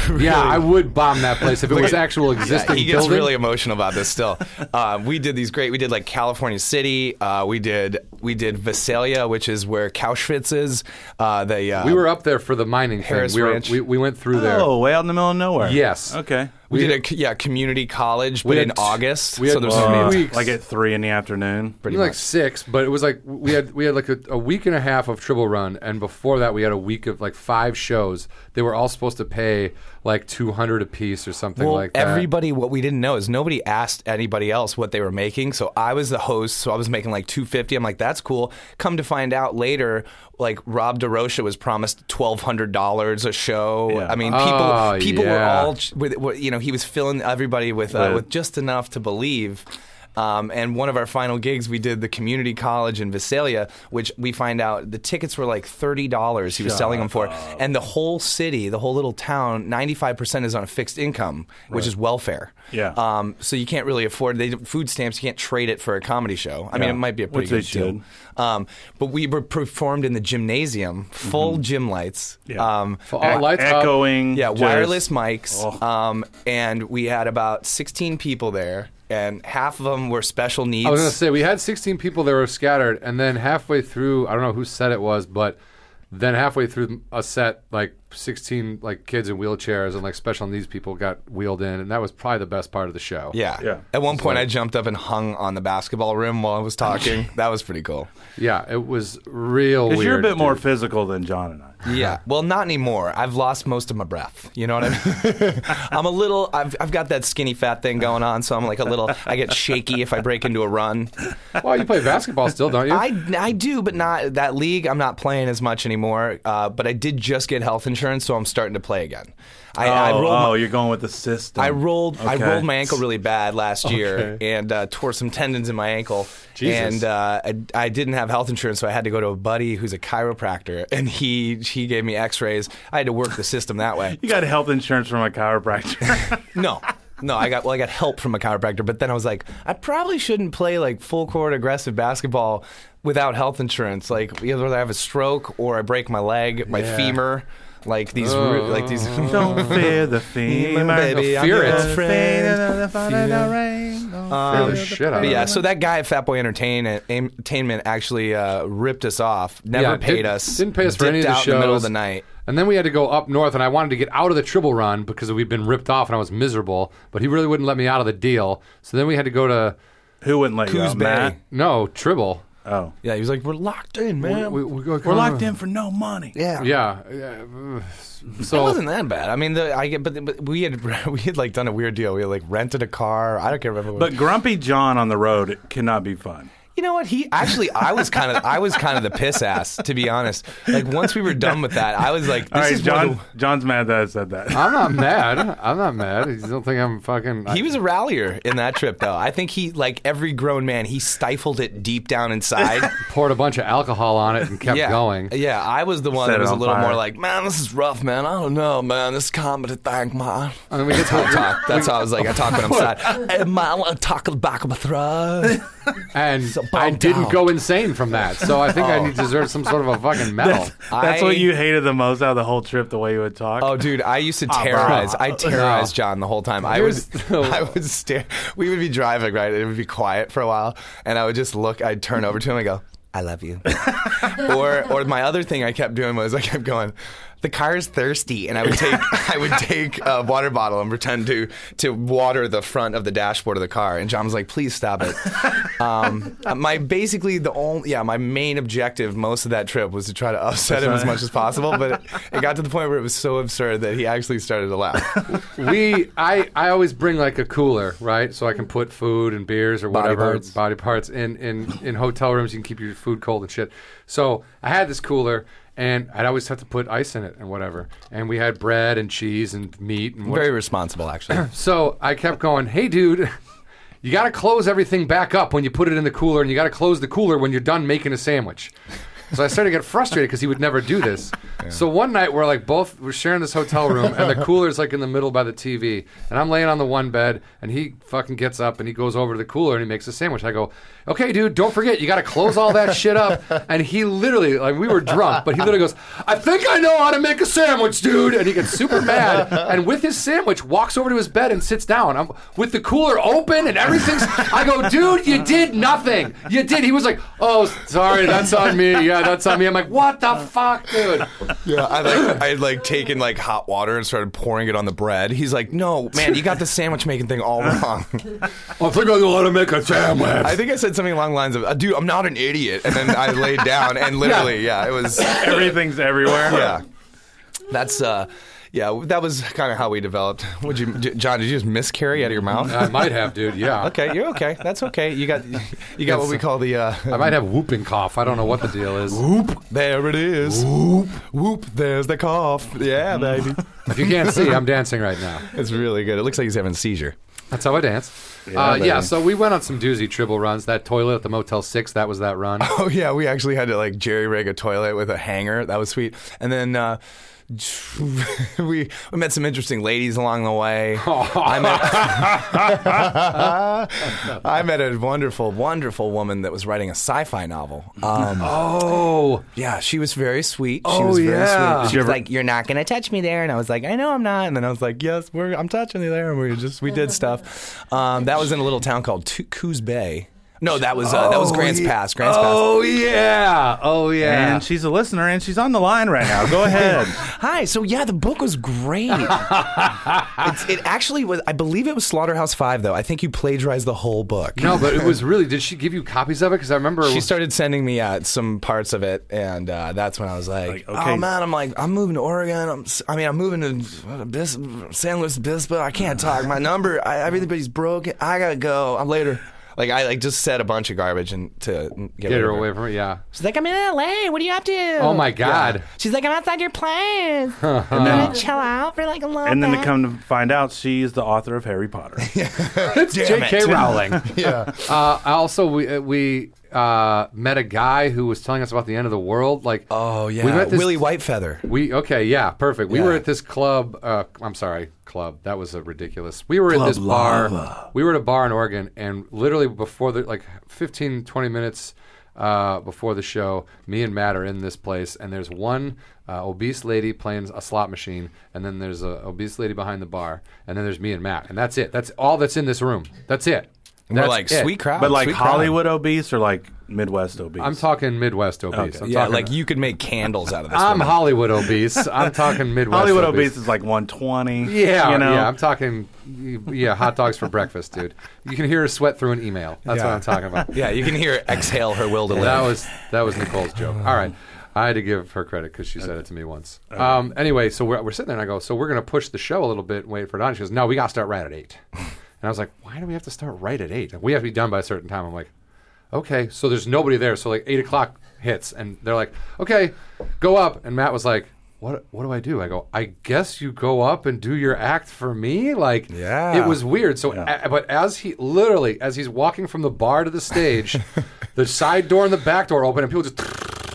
E: [laughs] really
D: Yeah, I would bomb that place if it was actual
E: [laughs]
D: existing
E: he gets
D: building.
E: really emotional about
D: [laughs]
E: this still. Uh, we did these great. We did like California City. Uh, we did we did Visalia, which is where Kauschwitz is. Uh, the uh,
D: we were up there for the mining
E: Harris
D: thing. We, were,
E: Ranch.
D: we, we went through there.
A: Oh, way out in the middle of nowhere.
D: Yes.
A: Okay.
E: we did a c- yeah community college, but
D: had
E: in
D: t-
E: August.
D: we had
E: so there's
D: two
E: no need.
D: weeks.
A: Uh, Like at three in the afternoon.
D: Pretty like six, but it was like we had we had like a, a week and a half of Triple Run, and before that we had a week of like five shows. They were all supposed to pay like two hundred a piece or something
E: Well,
D: like that.
E: everybody, what we didn't know is nobody asked anybody else what they were making. So I was the host, so I was making like two fifty. I'm like, that's cool. Come to find out later, like Rob DeRocha was promised twelve hundred dollars a show.
A: Yeah.
E: I mean, people,
D: Oh,
E: people
D: yeah.
E: were all ch- with, with- you know, he was filling everybody with uh,
A: Right.
E: with just enough to believe. Um, and one of our final gigs, we did the community college in Visalia, which we find out the tickets were like thirty dollars. He was selling them for, and the whole city, the whole little town, ninety five percent is on a fixed income, which is welfare.
A: Yeah.
E: Um, so you can't really afford they food stamps. You can't trade it for a comedy show. I mean,
A: Yeah.
E: it might be a
A: Which
E: pretty
A: they
E: good deal. Um, but we were performed in the gymnasium, full gym lights.
A: Mm-hmm. Yeah.
E: Um,
D: All lights up.
A: E- Echoing.
E: yeah,
A: just- Oh.
E: wireless mics. Um, and we had about 16 people there, and half of them were special needs.
D: I was gonna say we had 16 people that were scattered, and then halfway through, I don't know who set it was, but then halfway through a set, like 16 like kids in wheelchairs and like special needs people got wheeled in, and that was probably the best part of the show.
E: yeah.
A: Yeah.
E: At one point, I jumped up and hung on the basketball rim while I was
A: [laughs]
E: talking. that was pretty cool.
D: yeah, it was real.
A: Because
D: weird,
A: you're a bit more
D: dude.
A: physical than John and I.
E: Yeah. [laughs] Well, not anymore. I've lost most of my breath. You know what I
D: [laughs]
E: mean? I'm a little. I've, I've got that skinny fat thing going on, so I'm like a little. I get shaky if I break into a run.
D: Well, you play basketball still,
A: [laughs]
D: don't you?
E: I, I do, but not that league. I'm not playing as much anymore. Uh, but I did just get health insurance, so I'm starting to play again. I, I
A: oh,
E: rolled
A: oh,
E: my,
A: you're going with the system.
E: I rolled I
A: Okay.
E: rolled my ankle really bad last
D: [laughs]
E: year and uh, tore some tendons in my ankle.
D: Jesus.
E: And uh, I, I didn't have health insurance, so I had to go to a buddy who's a chiropractor, and he he gave me X-rays. I had to work the system that way.
D: [laughs]
A: You got health insurance from a chiropractor. [laughs]
E: No. No, I got well. I got help from a chiropractor, but then I was like, I probably shouldn't play like full court aggressive basketball without health insurance. Like either I have a stroke or I break my leg, my
D: Yeah. Oh.
E: femur, like these, ru- like these. [laughs]
A: Don't fear the femur.
E: baby, I'm
D: fear
E: your
D: it.
E: best friend. Um,
D: Fear the shit out of
E: But yeah,
D: it.
E: so that guy at Fat Boy Entertainment, Entertainment actually uh, ripped us off. Never
D: Yeah,
E: paid
D: didn't-
E: us.
D: Didn't pay us for
E: dipped
D: any of the
E: out
D: shows.
E: in the middle of the night.
D: And then we had to go up north, and I wanted to get out of the Tribble Run because we'd been ripped off, and I was miserable. But he really wouldn't let me out of the deal. So then we had to go to
A: Who wouldn't let you
E: Coos
A: out,
E: Bay.
A: Matt?
D: no Tribble.
A: Oh.
E: Yeah, he was like, "We're locked in, man.
D: We, we go,
A: Um, We're locked in for no money.
E: yeah,
D: Yeah. yeah.
E: It
D: So
E: wasn't that bad. I mean, the, I get, but, but we had [laughs] we had like done a weird deal. We had like rented a car. I don't care remember.
A: But grumpy John on the road cannot be fun.
E: you know what? He actually, I was kind of, I was kind of the piss ass to be honest. Like once we were done with that, I was like, this
A: All right,
E: is one
A: John.
E: of the-
A: John's mad that I said that.
D: I'm not mad. I'm not mad. You don't think I'm fucking.
E: He was a rallier in that trip, though. I think he, like every grown man, he stifled it deep
D: [laughs]
E: down inside.
D: I poured a bunch of alcohol on it and kept
E: yeah. Uh,
D: going.
E: Yeah, I was the one
A: Set
E: that
A: it
E: was a
A: on
E: little
A: fire.
E: more like, man, this is rough, man. I don't know, man. This comedy
D: [laughs]
E: thing, man.
D: And then we get
E: That's how I
D: to
E: talk. That's how I was like, I talk when
D: [laughs]
E: I'm sad. Hey, man, I want to talk back of my throat.
D: and
E: bummed
D: I didn't
E: out.
D: go insane from that. So I think I deserve some sort of a
E: [laughs]
D: fucking medal.
A: [laughs] That's
E: I-
A: what you hated the most out of the whole trip, the way you would talk.
E: Oh, dude, I used to terrorize. I terrorized
D: Ah, No.
E: John the whole time. I would,
D: Here's-
E: [laughs] I would stare. We would be driving, right? It would be quiet for a while, and I would just look. I'd turn over to him and go, "I love you." or, or my other thing I kept doing was I kept going. The car is thirsty, and I would take I would take a water bottle and pretend to to water the front of the dashboard of the car. And John was like, "Please stop it." Um, my basically the only yeah my main objective most of that trip was to try to upset him as much as possible. But it, it got to the point where it was so absurd that he actually started to laugh.
D: we I, I always bring like a cooler, right? So I can put food and beers or whatever
E: parts.
D: body parts in, in in hotel rooms you can keep your food cold and shit. So I had this cooler and I'd always have to put ice in it and whatever. And we had bread and cheese and meat and what
E: Very responsible, actually.
D: so I kept going, hey, dude, [laughs] you got to close everything back up when you put it in the cooler, and you got to close the cooler when you're done making a sandwich. So I started to get frustrated because he would never do this. So one night we're like both we're sharing this hotel room, and the cooler's like in the middle by the TV, and I'm laying on the one bed, and he fucking gets up and he goes over to the cooler and he makes a sandwich. I go, okay, dude, don't forget you got to close all that shit [laughs] up. And he literally like we were drunk, but he literally goes, I think I know how to make a sandwich, dude. And he gets super mad, and with his sandwich walks over to his bed and sits down. I'm with the cooler open and everything's. I go, dude, you did nothing. You did. He was like, oh, sorry, that's on me. Yeah, that's on me. I'm like, what the fuck, dude.
E: [coughs] Yeah, I like I had like taken like hot water and started pouring it on the bread. He's like, "No, man, you got the sandwich making thing all wrong."
D: I think I know how to make a sandwich.
E: I think I said something along the lines of, "Uh, "Dude, I'm not an idiot," and then I laid down [laughs] and literally, yeah, it was,
A: Everything's everywhere.
E: yeah. That's uh, yeah, that was kind of how we developed. Would you, J- John? Did you just miscarry out of your mouth?
D: I might have, dude. Yeah.
E: okay, you're okay. That's okay. You got you got what we call the uh,
D: I might have whooping cough. I don't know what the deal is.
E: whoop. There it is. Whoop whoop. There's the cough. Yeah, baby.
D: If you can't see, I'm dancing right now.
E: It's really good. It looks like he's having a seizure.
D: That's how I dance. Yeah, uh, yeah. So we went on some doozy triple runs. That toilet at the Motel Six. That was that run.
E: [laughs] Oh yeah, we actually had to like jerry rig a toilet with a hanger. That was sweet. And then uh, [laughs] we we met some interesting ladies along
D: [laughs]
E: the way. I met [laughs] I met a wonderful, wonderful woman that was writing a sci-fi novel. Um,
D: [laughs] Oh,
E: yeah, she was very sweet. She
D: Oh,
E: was very
D: yeah.
E: sweet. She was like, "You're not gonna touch me there," and I was like, "I know I'm not." And then I was like, "Yes, we're I'm touching you there," and we just we did stuff. Um, that was in a little town called Tu- Coos Bay. No, that was uh, that was Grants Pass. Grants Pass.
D: oh yeah, oh yeah.
A: And she's a listener, and she's on the line right now.
E: [laughs]
A: Go ahead.
E: Hi. So yeah, the book
D: [laughs]
E: was great. it's, it actually was. I believe it was Slaughterhouse Five, though. I think you plagiarized the whole book.
D: no, but it was really. Did she give you copies of it? Because I remember.
E: She started sending me uh, some parts of it, and uh, that's when I was like,
A: Like, okay.
E: "Oh man, I'm like, I'm moving to Oregon. I'm, s- I mean, I'm moving to uh, Bis- San Luis Obispo. I can't talk. My number, I, everybody's broken. I gotta go. I'm later." Like I like just said a bunch of garbage and to get,
D: get
E: rid
D: her
E: of
D: away from it. Yeah.
E: She's like, "I'm in LA. What are you up to?"
D: Oh my God.
F: She's like, I'm outside your
A: [laughs]
F: place.
A: And then,
F: Chill out for like a little
A: and then to
F: bit.
A: come to find out, she is the author of Harry
D: [laughs]
A: Potter.
D: It's J.K.
E: it. [laughs]
D: Rowling.
E: Yeah.
D: Uh, also, we uh, we uh, met a guy who was telling us about the end of the world. Like,
E: Oh yeah.
D: we met this
E: Willie Whitefeather.
D: We okay, yeah, perfect. We were
E: Yeah.
D: at this club. Uh, I'm sorry, club. That was a ridiculous. We were at this bar. We were at a bar in Oregon, and literally before the like 15, 20 minutes uh, before the show, me and Matt are in this place, and there's one uh, obese lady playing a slot machine, and then there's a obese lady behind the bar, and then there's me and Matt, and that's it. That's all that's in this room. That's it.
E: We're
D: That's
E: like
D: it.
E: sweet crowd.
A: but like
E: sweet crowd."
A: Hollywood obese or like Midwest obese?
D: I'm talking Midwest obese. I'm
E: Yeah,
D: talking,
E: like you could make candles out of this.
D: I'm
E: woman.
D: Hollywood obese. I'm talking [laughs] Midwest.
A: Hollywood
D: obese.
A: obese is like 120.
D: Yeah,
A: you know. [laughs]
D: yeah. I'm [laughs] talking, yeah, hot dogs for breakfast, dude. You can hear her sweat through an email. That's what
E: Yeah.
D: I'm
A: [laughs]
D: talking about.
E: Yeah, you can hear her exhale her will to live.
D: That was that was Nicole's joke. All right, I had to give her credit because she said it to me once. Um, anyway, so we're, we're sitting there and I go, so we're gonna push the show a little bit and wait for Don. She goes, no, we gotta start right at eight. And I was like, why do we have to start right at eight? We have to be done by a certain time. I'm like, okay. So there's nobody there. So like eight o'clock hits and they're like, okay, go up. And Matt was like. What, what do I do? I go. I guess you go up and do your act for me. Like,
E: Yeah.
D: it was was weird. So, a, but as he literally, as he's walking from the bar to the stage, the side door and the back door open, and people just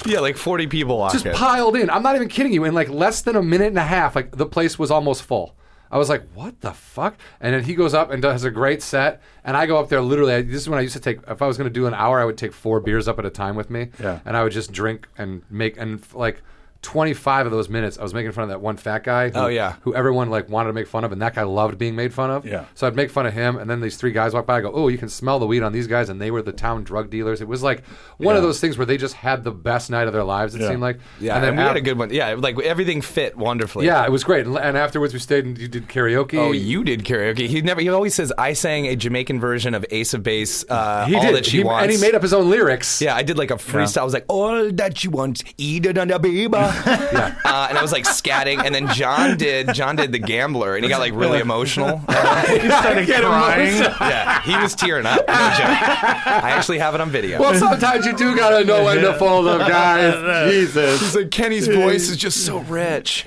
E: yeah, like 40 people walk
D: just
E: in.
D: piled in. I'm not even kidding you. In like less than a minute and a half, like the place was almost full. I was like, "What the fuck?" And then he goes up and does a great set, and I go up there. Literally, I, this is when I used to take. If I was going to do an hour, I would take four beers up at a time with me,
A: Yeah.
D: and I would just drink and make and f- like. 25 of those minutes I was making fun of that one fat guy who,
E: Oh, yeah.
D: who everyone like wanted to make fun of and that guy loved being made fun of
A: Yeah.
D: so I'd make fun of him and then these three guys walk by I go oh you can smell the weed on these guys and they were the town drug dealers it was like one of those things where they just had the best night of their lives it
A: Yeah.
D: seemed like
E: Yeah, and then we
D: af-
E: had a good one. Yeah, like everything fit wonderfully.
D: Yeah, it was great. And and afterwards, we stayed and you did karaoke.
E: Oh, you did karaoke. He never. He always says I sang a Jamaican version of Ace of Base. Uh,
D: He
E: all
D: did.
E: that she
D: He-
E: wants.
D: And he made up his own lyrics.
E: Yeah, I did like a freestyle. I was like, all that she wants, eat it on the baby.
D: [laughs]
E: Uh, and I was like scatting. And then John did. John did the gambler, and he got like
D: [laughs]
E: really emotional. [laughs]
A: He started crying.
E: yeah, he was tearing up. No joke. I actually have it on video.
D: Well, sometimes you do gotta know when to
E: [laughs]
D: fold up, guys. Jesus.
E: He's like, Kenny's voice is just so
D: [laughs]
E: rich.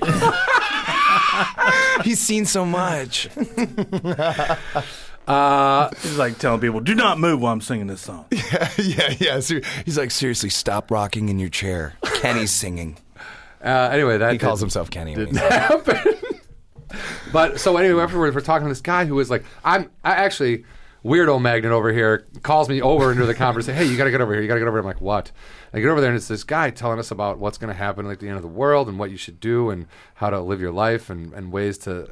E: He's seen so much.
D: Uh,
A: He's like telling people, "Do not move while I'm singing this
D: [laughs]
A: song."
E: yeah, yeah. ser- He's like, seriously, stop rocking in your chair. Kenny's singing.
D: Uh, anyway, that
E: He calls himself Kenny. when he's-
D: happen. [laughs] but so anyway, afterwards we're talking to this guy who was like, I'm I actually weirdo magnet over here calls me over into the conversation. Hey, you gotta get over here. You gotta get over here. I'm like, what? I get over there and it's this guy telling us about what's gonna happen like, at the end of the world and what you should do and how to live your life and, and ways to uh,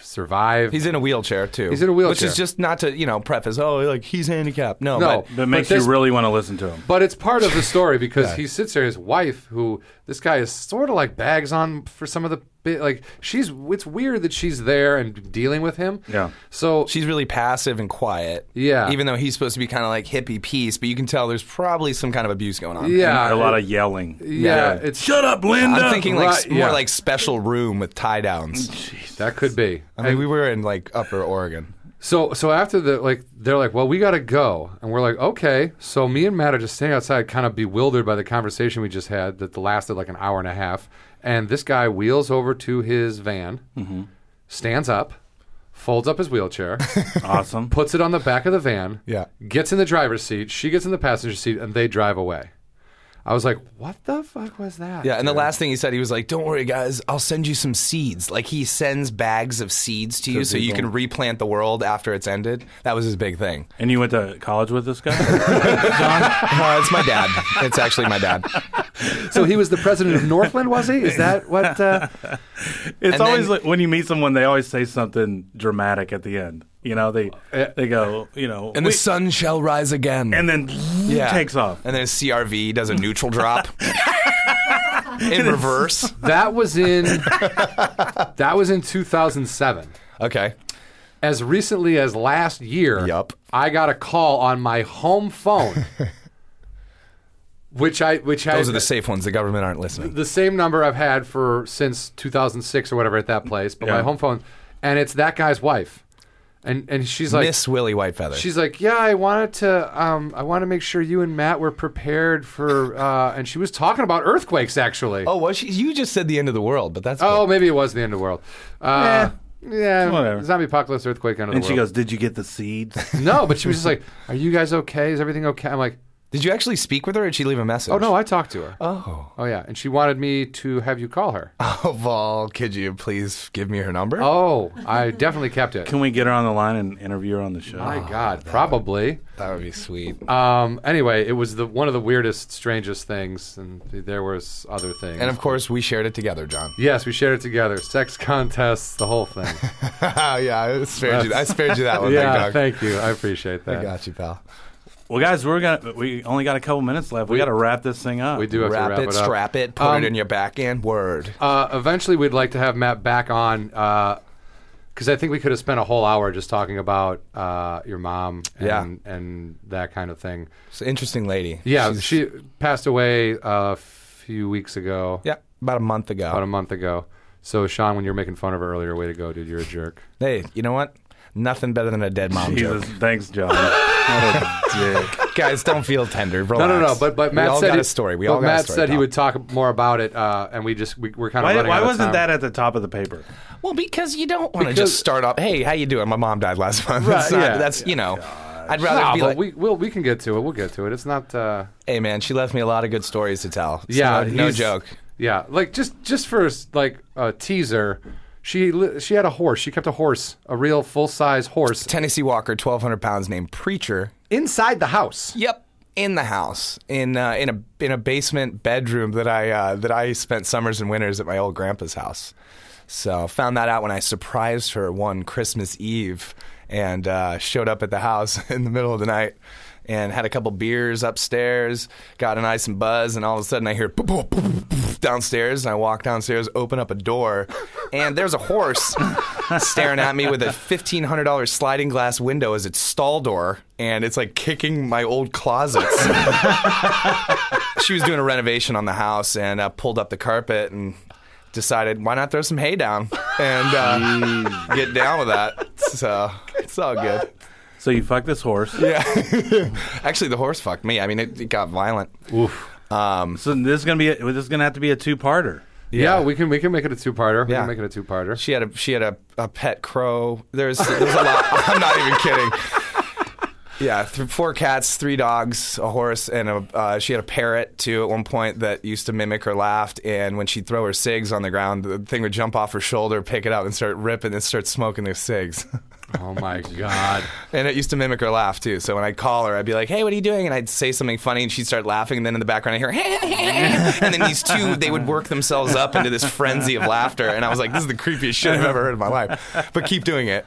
D: survive.
E: [laughs] He's in a wheelchair too.
D: He's in a
E: which
D: wheelchair.
E: is just not to you know preface. Oh, like he's handicapped. No,
D: No.
E: but
A: That makes
D: this-
A: you really want to listen to him.
D: But it's part of the
E: [laughs]
D: story because he sits there. His wife, who this guy is sort of like bags on for some of the bit, like she's. It's weird that she's there and dealing with him.
A: Yeah.
D: So
E: she's really passive and quiet.
D: Yeah.
E: even though he's supposed to be kind of like hippie peace, but you can tell there's probably some kind of abuse going on.
D: yeah,
A: a lot of yelling.
D: yeah, It's
A: Shut up, Linda.
E: I'm thinking like
D: Right,
E: s- more
D: yeah.
E: like special room with tie downs.
D: that could be.
E: I mean, we were in like Upper Oregon.
D: So so after the like, they're like, well, we got to go, and we're like, okay. So me and Matt are just standing outside, kind of bewildered by the conversation we just had that lasted like an hour and a half. And this guy wheels over to his van,
E: Mm-hmm.
D: stands up, folds up his
E: [laughs]
D: wheelchair.
A: awesome.
D: puts it on the back of the van,
E: Yeah.
D: gets in the driver's seat, she gets in the passenger seat, and they drive away. I was like, what the fuck was that?
E: Yeah, and the
D: dude?
E: last thing he said, he was like, "Don't worry, guys, I'll send you some seeds." Like he sends bags of seeds to you so you can replant the world after it's ended. That was his big thing.
A: And you went to college with
D: [laughs]
A: this guy, John?
E: [laughs] Uh, it's my dad. It's actually my dad.
D: So he was the president of Northland, was he? Is that what? Uh,
A: It's
E: And
A: always
E: then-
A: like when you meet someone, they always say something dramatic at the end. You know, they they go, you know,
E: And
A: "We-"
E: the sun shall rise again.
A: and then takes off.
E: And then his CRV does a
D: [laughs]
E: neutral drop in reverse.
D: that was
E: [laughs]
D: in that was in 2007.
E: Okay.
D: As recently as last year,
E: Yup.
D: I got a call on my home
E: [laughs]
D: phone, which I which I
E: Those are the safe ones. The government aren't listening.
D: the same number I've had for since 2006 or whatever at that place, but my
A: Yeah.
D: home phone, and it's that guy's wife, and and she's like,
E: Miss Willie Whitefeather.
D: she's like, yeah, I wanted to, um, I want to make sure you and Matt were prepared for, uh, and she was talking about earthquakes actually.
E: oh, well, she, you just said the end of the world, but that's
D: Oh, maybe it was the end of the world. Uh,
E: Eh.
D: yeah,
A: whatever.
D: zombie apocalypse, earthquake, end of
A: And
D: the
A: she
D: world.
A: goes, "Did you get the seeds?" [laughs]
D: goes, no, but she was just like, are you guys okay? Is everything okay? I'm like,
E: Did you actually speak with her? Or did she leave a message?
D: oh no, I talked to her.
E: Oh.
D: Oh yeah, and she wanted me to have you call her.
E: [laughs] Oh, Val, could you please give me her number?
D: Oh, I definitely kept it.
A: Can we get her on the line and interview her on the show?
D: My God, probably.
E: That would be sweet.
D: Um, anyway, it was the one of the weirdest, strangest things, and th- there was other things.
E: and of course, we shared it together, John.
D: yes, we shared it together. Sex contests, the whole thing.
E: [laughs] yeah, I spared, you, I spared you that one.
D: yeah, thank you. I appreciate that.
E: I got you, pal.
A: Well, guys, we're gonna we only got a couple minutes left. We, got to wrap this thing up.
D: We do have to
E: Wrap
D: wrap
E: it,
D: it, up.
E: strap it, put
D: Um,
E: it in your back end. Word.
D: Uh, eventually, we'd like to have Matt back on because I think we could have spent a whole hour just talking about uh, your mom and,
E: Yeah.
D: and that kind of thing.
E: It's an interesting lady.
D: Yeah,
E: She's-
D: she passed away a few weeks ago,
E: Yeah, about a month ago.
D: about a month ago. So, Sean, when you were making fun of her earlier, way to go, dude. You're a jerk.
E: Hey, you know what? Nothing better than a dead mom
A: Jesus,
E: joke.
A: thanks,
D: [laughs]
A: John. What a dick.
E: [laughs] Guys, don't feel tender. Relax.
D: No, no, no. But but Matt
E: we all
D: said
E: got
D: he-
E: a story. We
D: but
E: all got
D: Matt
E: a story.
D: said he
E: pal.
D: would talk more about it, uh, and we just we, we're kind of
A: Why,
D: running
A: why
D: out of
A: wasn't
D: time.
A: that at the top of the paper?
E: Well, because you don't want to
D: Because-
E: just start off. Hey, how you doing? My mom died last month. [laughs]
D: Right,
E: That's not-
D: yeah. Oh
E: That's you know. I'd rather
D: No,
E: be
D: but
E: like,
D: we we'll, we can get to it. We'll get to it. It's not. Uh,
E: hey man, she left me a lot of good stories to tell. It's
D: yeah,
E: no, no
D: he's-
E: joke.
D: Yeah, like just just for like a teaser, she li- she had a horse. She kept a horse, a real full size horse,
E: Tennessee Walker, twelve hundred pounds, named Preacher.
D: inside the house.
E: Yep, in the house, in uh, in a in a basement bedroom that I uh, that I spent summers and winters at my old grandpa's house. So found that out when I surprised her one Christmas Eve and uh, showed up at the house [laughs] in the middle of the night and had a couple beers upstairs, got an ice and buzz, and all of a sudden I hear boop, boop, boop, boop, boop downstairs, and I walk downstairs, open up a door, and there's a horse staring at me with a fifteen hundred dollar sliding glass window as its stall door, and it's like kicking my old closets. she was doing a renovation on the house and uh, pulled up the carpet and decided why not throw some hay down and uh, get down with that. So it's all good.
A: So you fucked this horse.
E: Yeah. [laughs] Actually, the horse fucked me. I mean, it, it got violent.
A: So this is gonna be a, this is gonna have to be a two parter.
D: Yeah. we can we can make it a two parter. We
E: Yeah.
D: can make it a two
E: [laughs]
D: parter.
E: She [laughs] had a she had a, a pet crow. There's there's a lot. I'm not even kidding. Yeah, th- four cats, three dogs, a horse, and a. Uh, she had a parrot too at one point that used to mimic her laugh. And when she'd throw her cigs on the ground, the thing would jump off her shoulder, pick it up, and start ripping and start smoking the cigs. [laughs]
D: Oh my god.
E: and it used to mimic her laugh too. So when I'd call her, I'd be like, "Hey, what are you doing?" And I'd say something funny, and she'd start laughing. And then in the background, I hear, [laughs] and then these two they would work themselves up into this frenzy of laughter. And I was like, "This is the creepiest shit I've ever heard in my life." But keep doing it.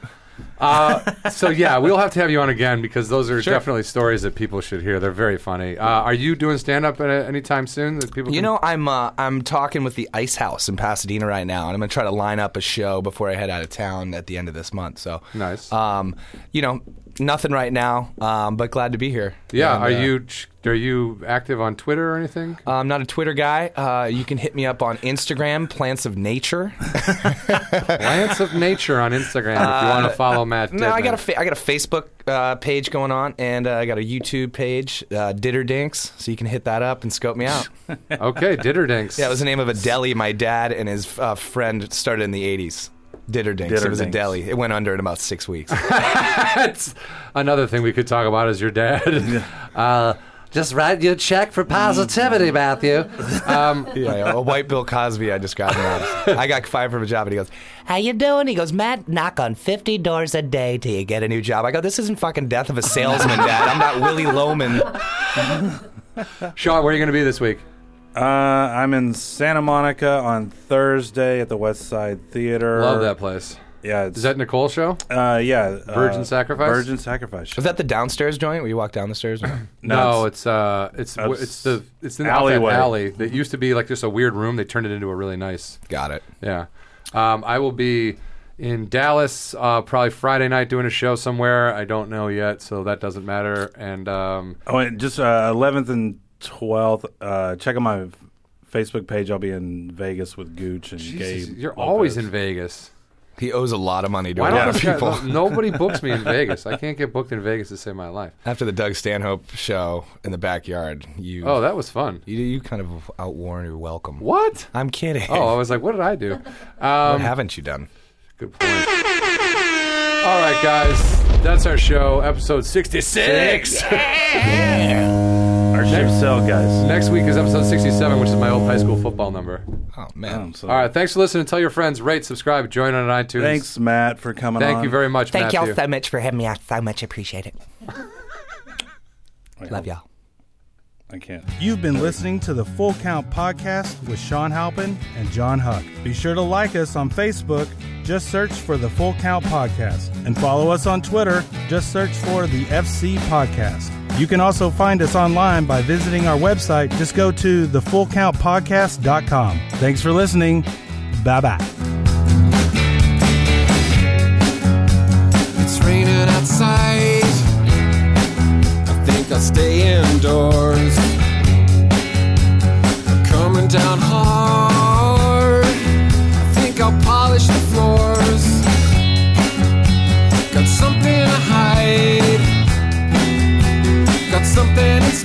D: Uh, so yeah, we'll have to have you on again because those are definitely stories that people should hear. They're very funny. Uh, are you doing stand up anytime soon? That people
E: You
D: can-
E: know, I'm uh, I'm talking with the Ice House in Pasadena right now, and I'm gonna try to line up a show before I head out of town at the end of this month. So
D: Nice.
E: Um, you know, nothing right now, um, but glad to be here.
D: Yeah,
E: And,
D: are
E: uh,
D: you are you active on Twitter or anything?
E: I'm not a Twitter guy. Uh, you can hit me up on Instagram, Plants of Nature.
D: Plants of Nature on Instagram if you
E: [laughs]
D: want to follow Matt.
E: uh, No, I
D: Dittman.
E: got a fa- I got a Facebook uh, page going on, and uh, I got a YouTube page, uh, Ditter Dinks. So you can hit that up and scope
D: [laughs]
E: me out. yeah, [laughs]
D: okay, Ditterdinks.
E: it was the name of a deli my dad and his uh, friend started in the '80s. Ditter Dinks. It was a
A: Ditterdinks.
E: deli. It went under in about six
D: [laughs]
E: weeks.
D: That's another thing we could talk about is your dad. [laughs] Uh, just write your check for positivity, Matthew. Um,
E: Yeah, a white Bill Cosby I just got
D: [laughs]
E: him out. I got fired from a job, and he goes, "How you doing?" He goes, "Matt, knock on fifty doors a day till you get a new job." I go, "This isn't fucking death of a salesman, Dad. I'm not Willie Loman."
D: Sean, where are you going to be this week?
A: Uh, I'm in Santa Monica on Thursday at the West Side Theater.
D: Love that place.
A: Yeah, it's,
D: Is that Nicole show?
A: uh, yeah,
D: Virgin
A: uh,
D: Sacrifice?
A: Virgin Sacrifice.
E: Was that the downstairs joint where you walk down the
D: [clears throat]
E: stairs?
D: No,
A: it's-
D: it's, uh, it's
A: That's
D: it's the it's in the
A: alleyway.
D: alley that used to be like just a weird room. They turned it into a really nice.
E: Got it.
D: Yeah, um, I will be in Dallas uh, probably Friday night doing a show somewhere. I don't know yet, so that doesn't matter. And um,
A: Oh, and just uh, 11th and 12th. Uh, check out my Facebook page. I'll be in Vegas with Gooch and
D: Jesus,
A: Gabe.
D: you're
A: Lopez.
D: always in Vegas.
E: He owes a lot of money to
D: Why
E: a
D: don't
E: lot of
D: those guys-
E: people.
D: no- nobody books me in Vegas? I can't get booked in Vegas to save my life.
E: After the Doug Stanhope show in the backyard, you
D: Oh, that was fun.
E: you, you kind of outworn your welcome.
D: What?
E: I'm kidding.
D: Oh, I was like, what did I do?
E: what
D: Um,
E: haven't you done?
D: good point. All right, guys, that's our show, episode sixty-six.
A: Our ship sell, guys.
D: Next week is episode sixty-seven, which is my old high school football number.
A: Oh,
E: Oh man.
A: so-
D: All right, thanks for listening. Tell your friends, rate, subscribe, join on iTunes.
A: Thanks, Matt, for coming
D: Thank
A: on.
D: you very much,
G: Thank
D: Matthew.
G: y'all so much for having me. I so much appreciate it. Love y'all.
A: I can't. You've been listening to the Full Count Podcast with Sean Halpin and John Huck. Be sure to like us on Facebook. Just search for the Full Count Podcast and follow us on Twitter. Just search for the FC Podcast. You can also find us online by visiting our website. Just go to thefullcountpodcast.com. Thanks for listening. Bye bye.
H: It's raining outside. I think I'll stay indoors. I'm coming down hard. I think I'll polish the floors. Got something to hide. Got something that's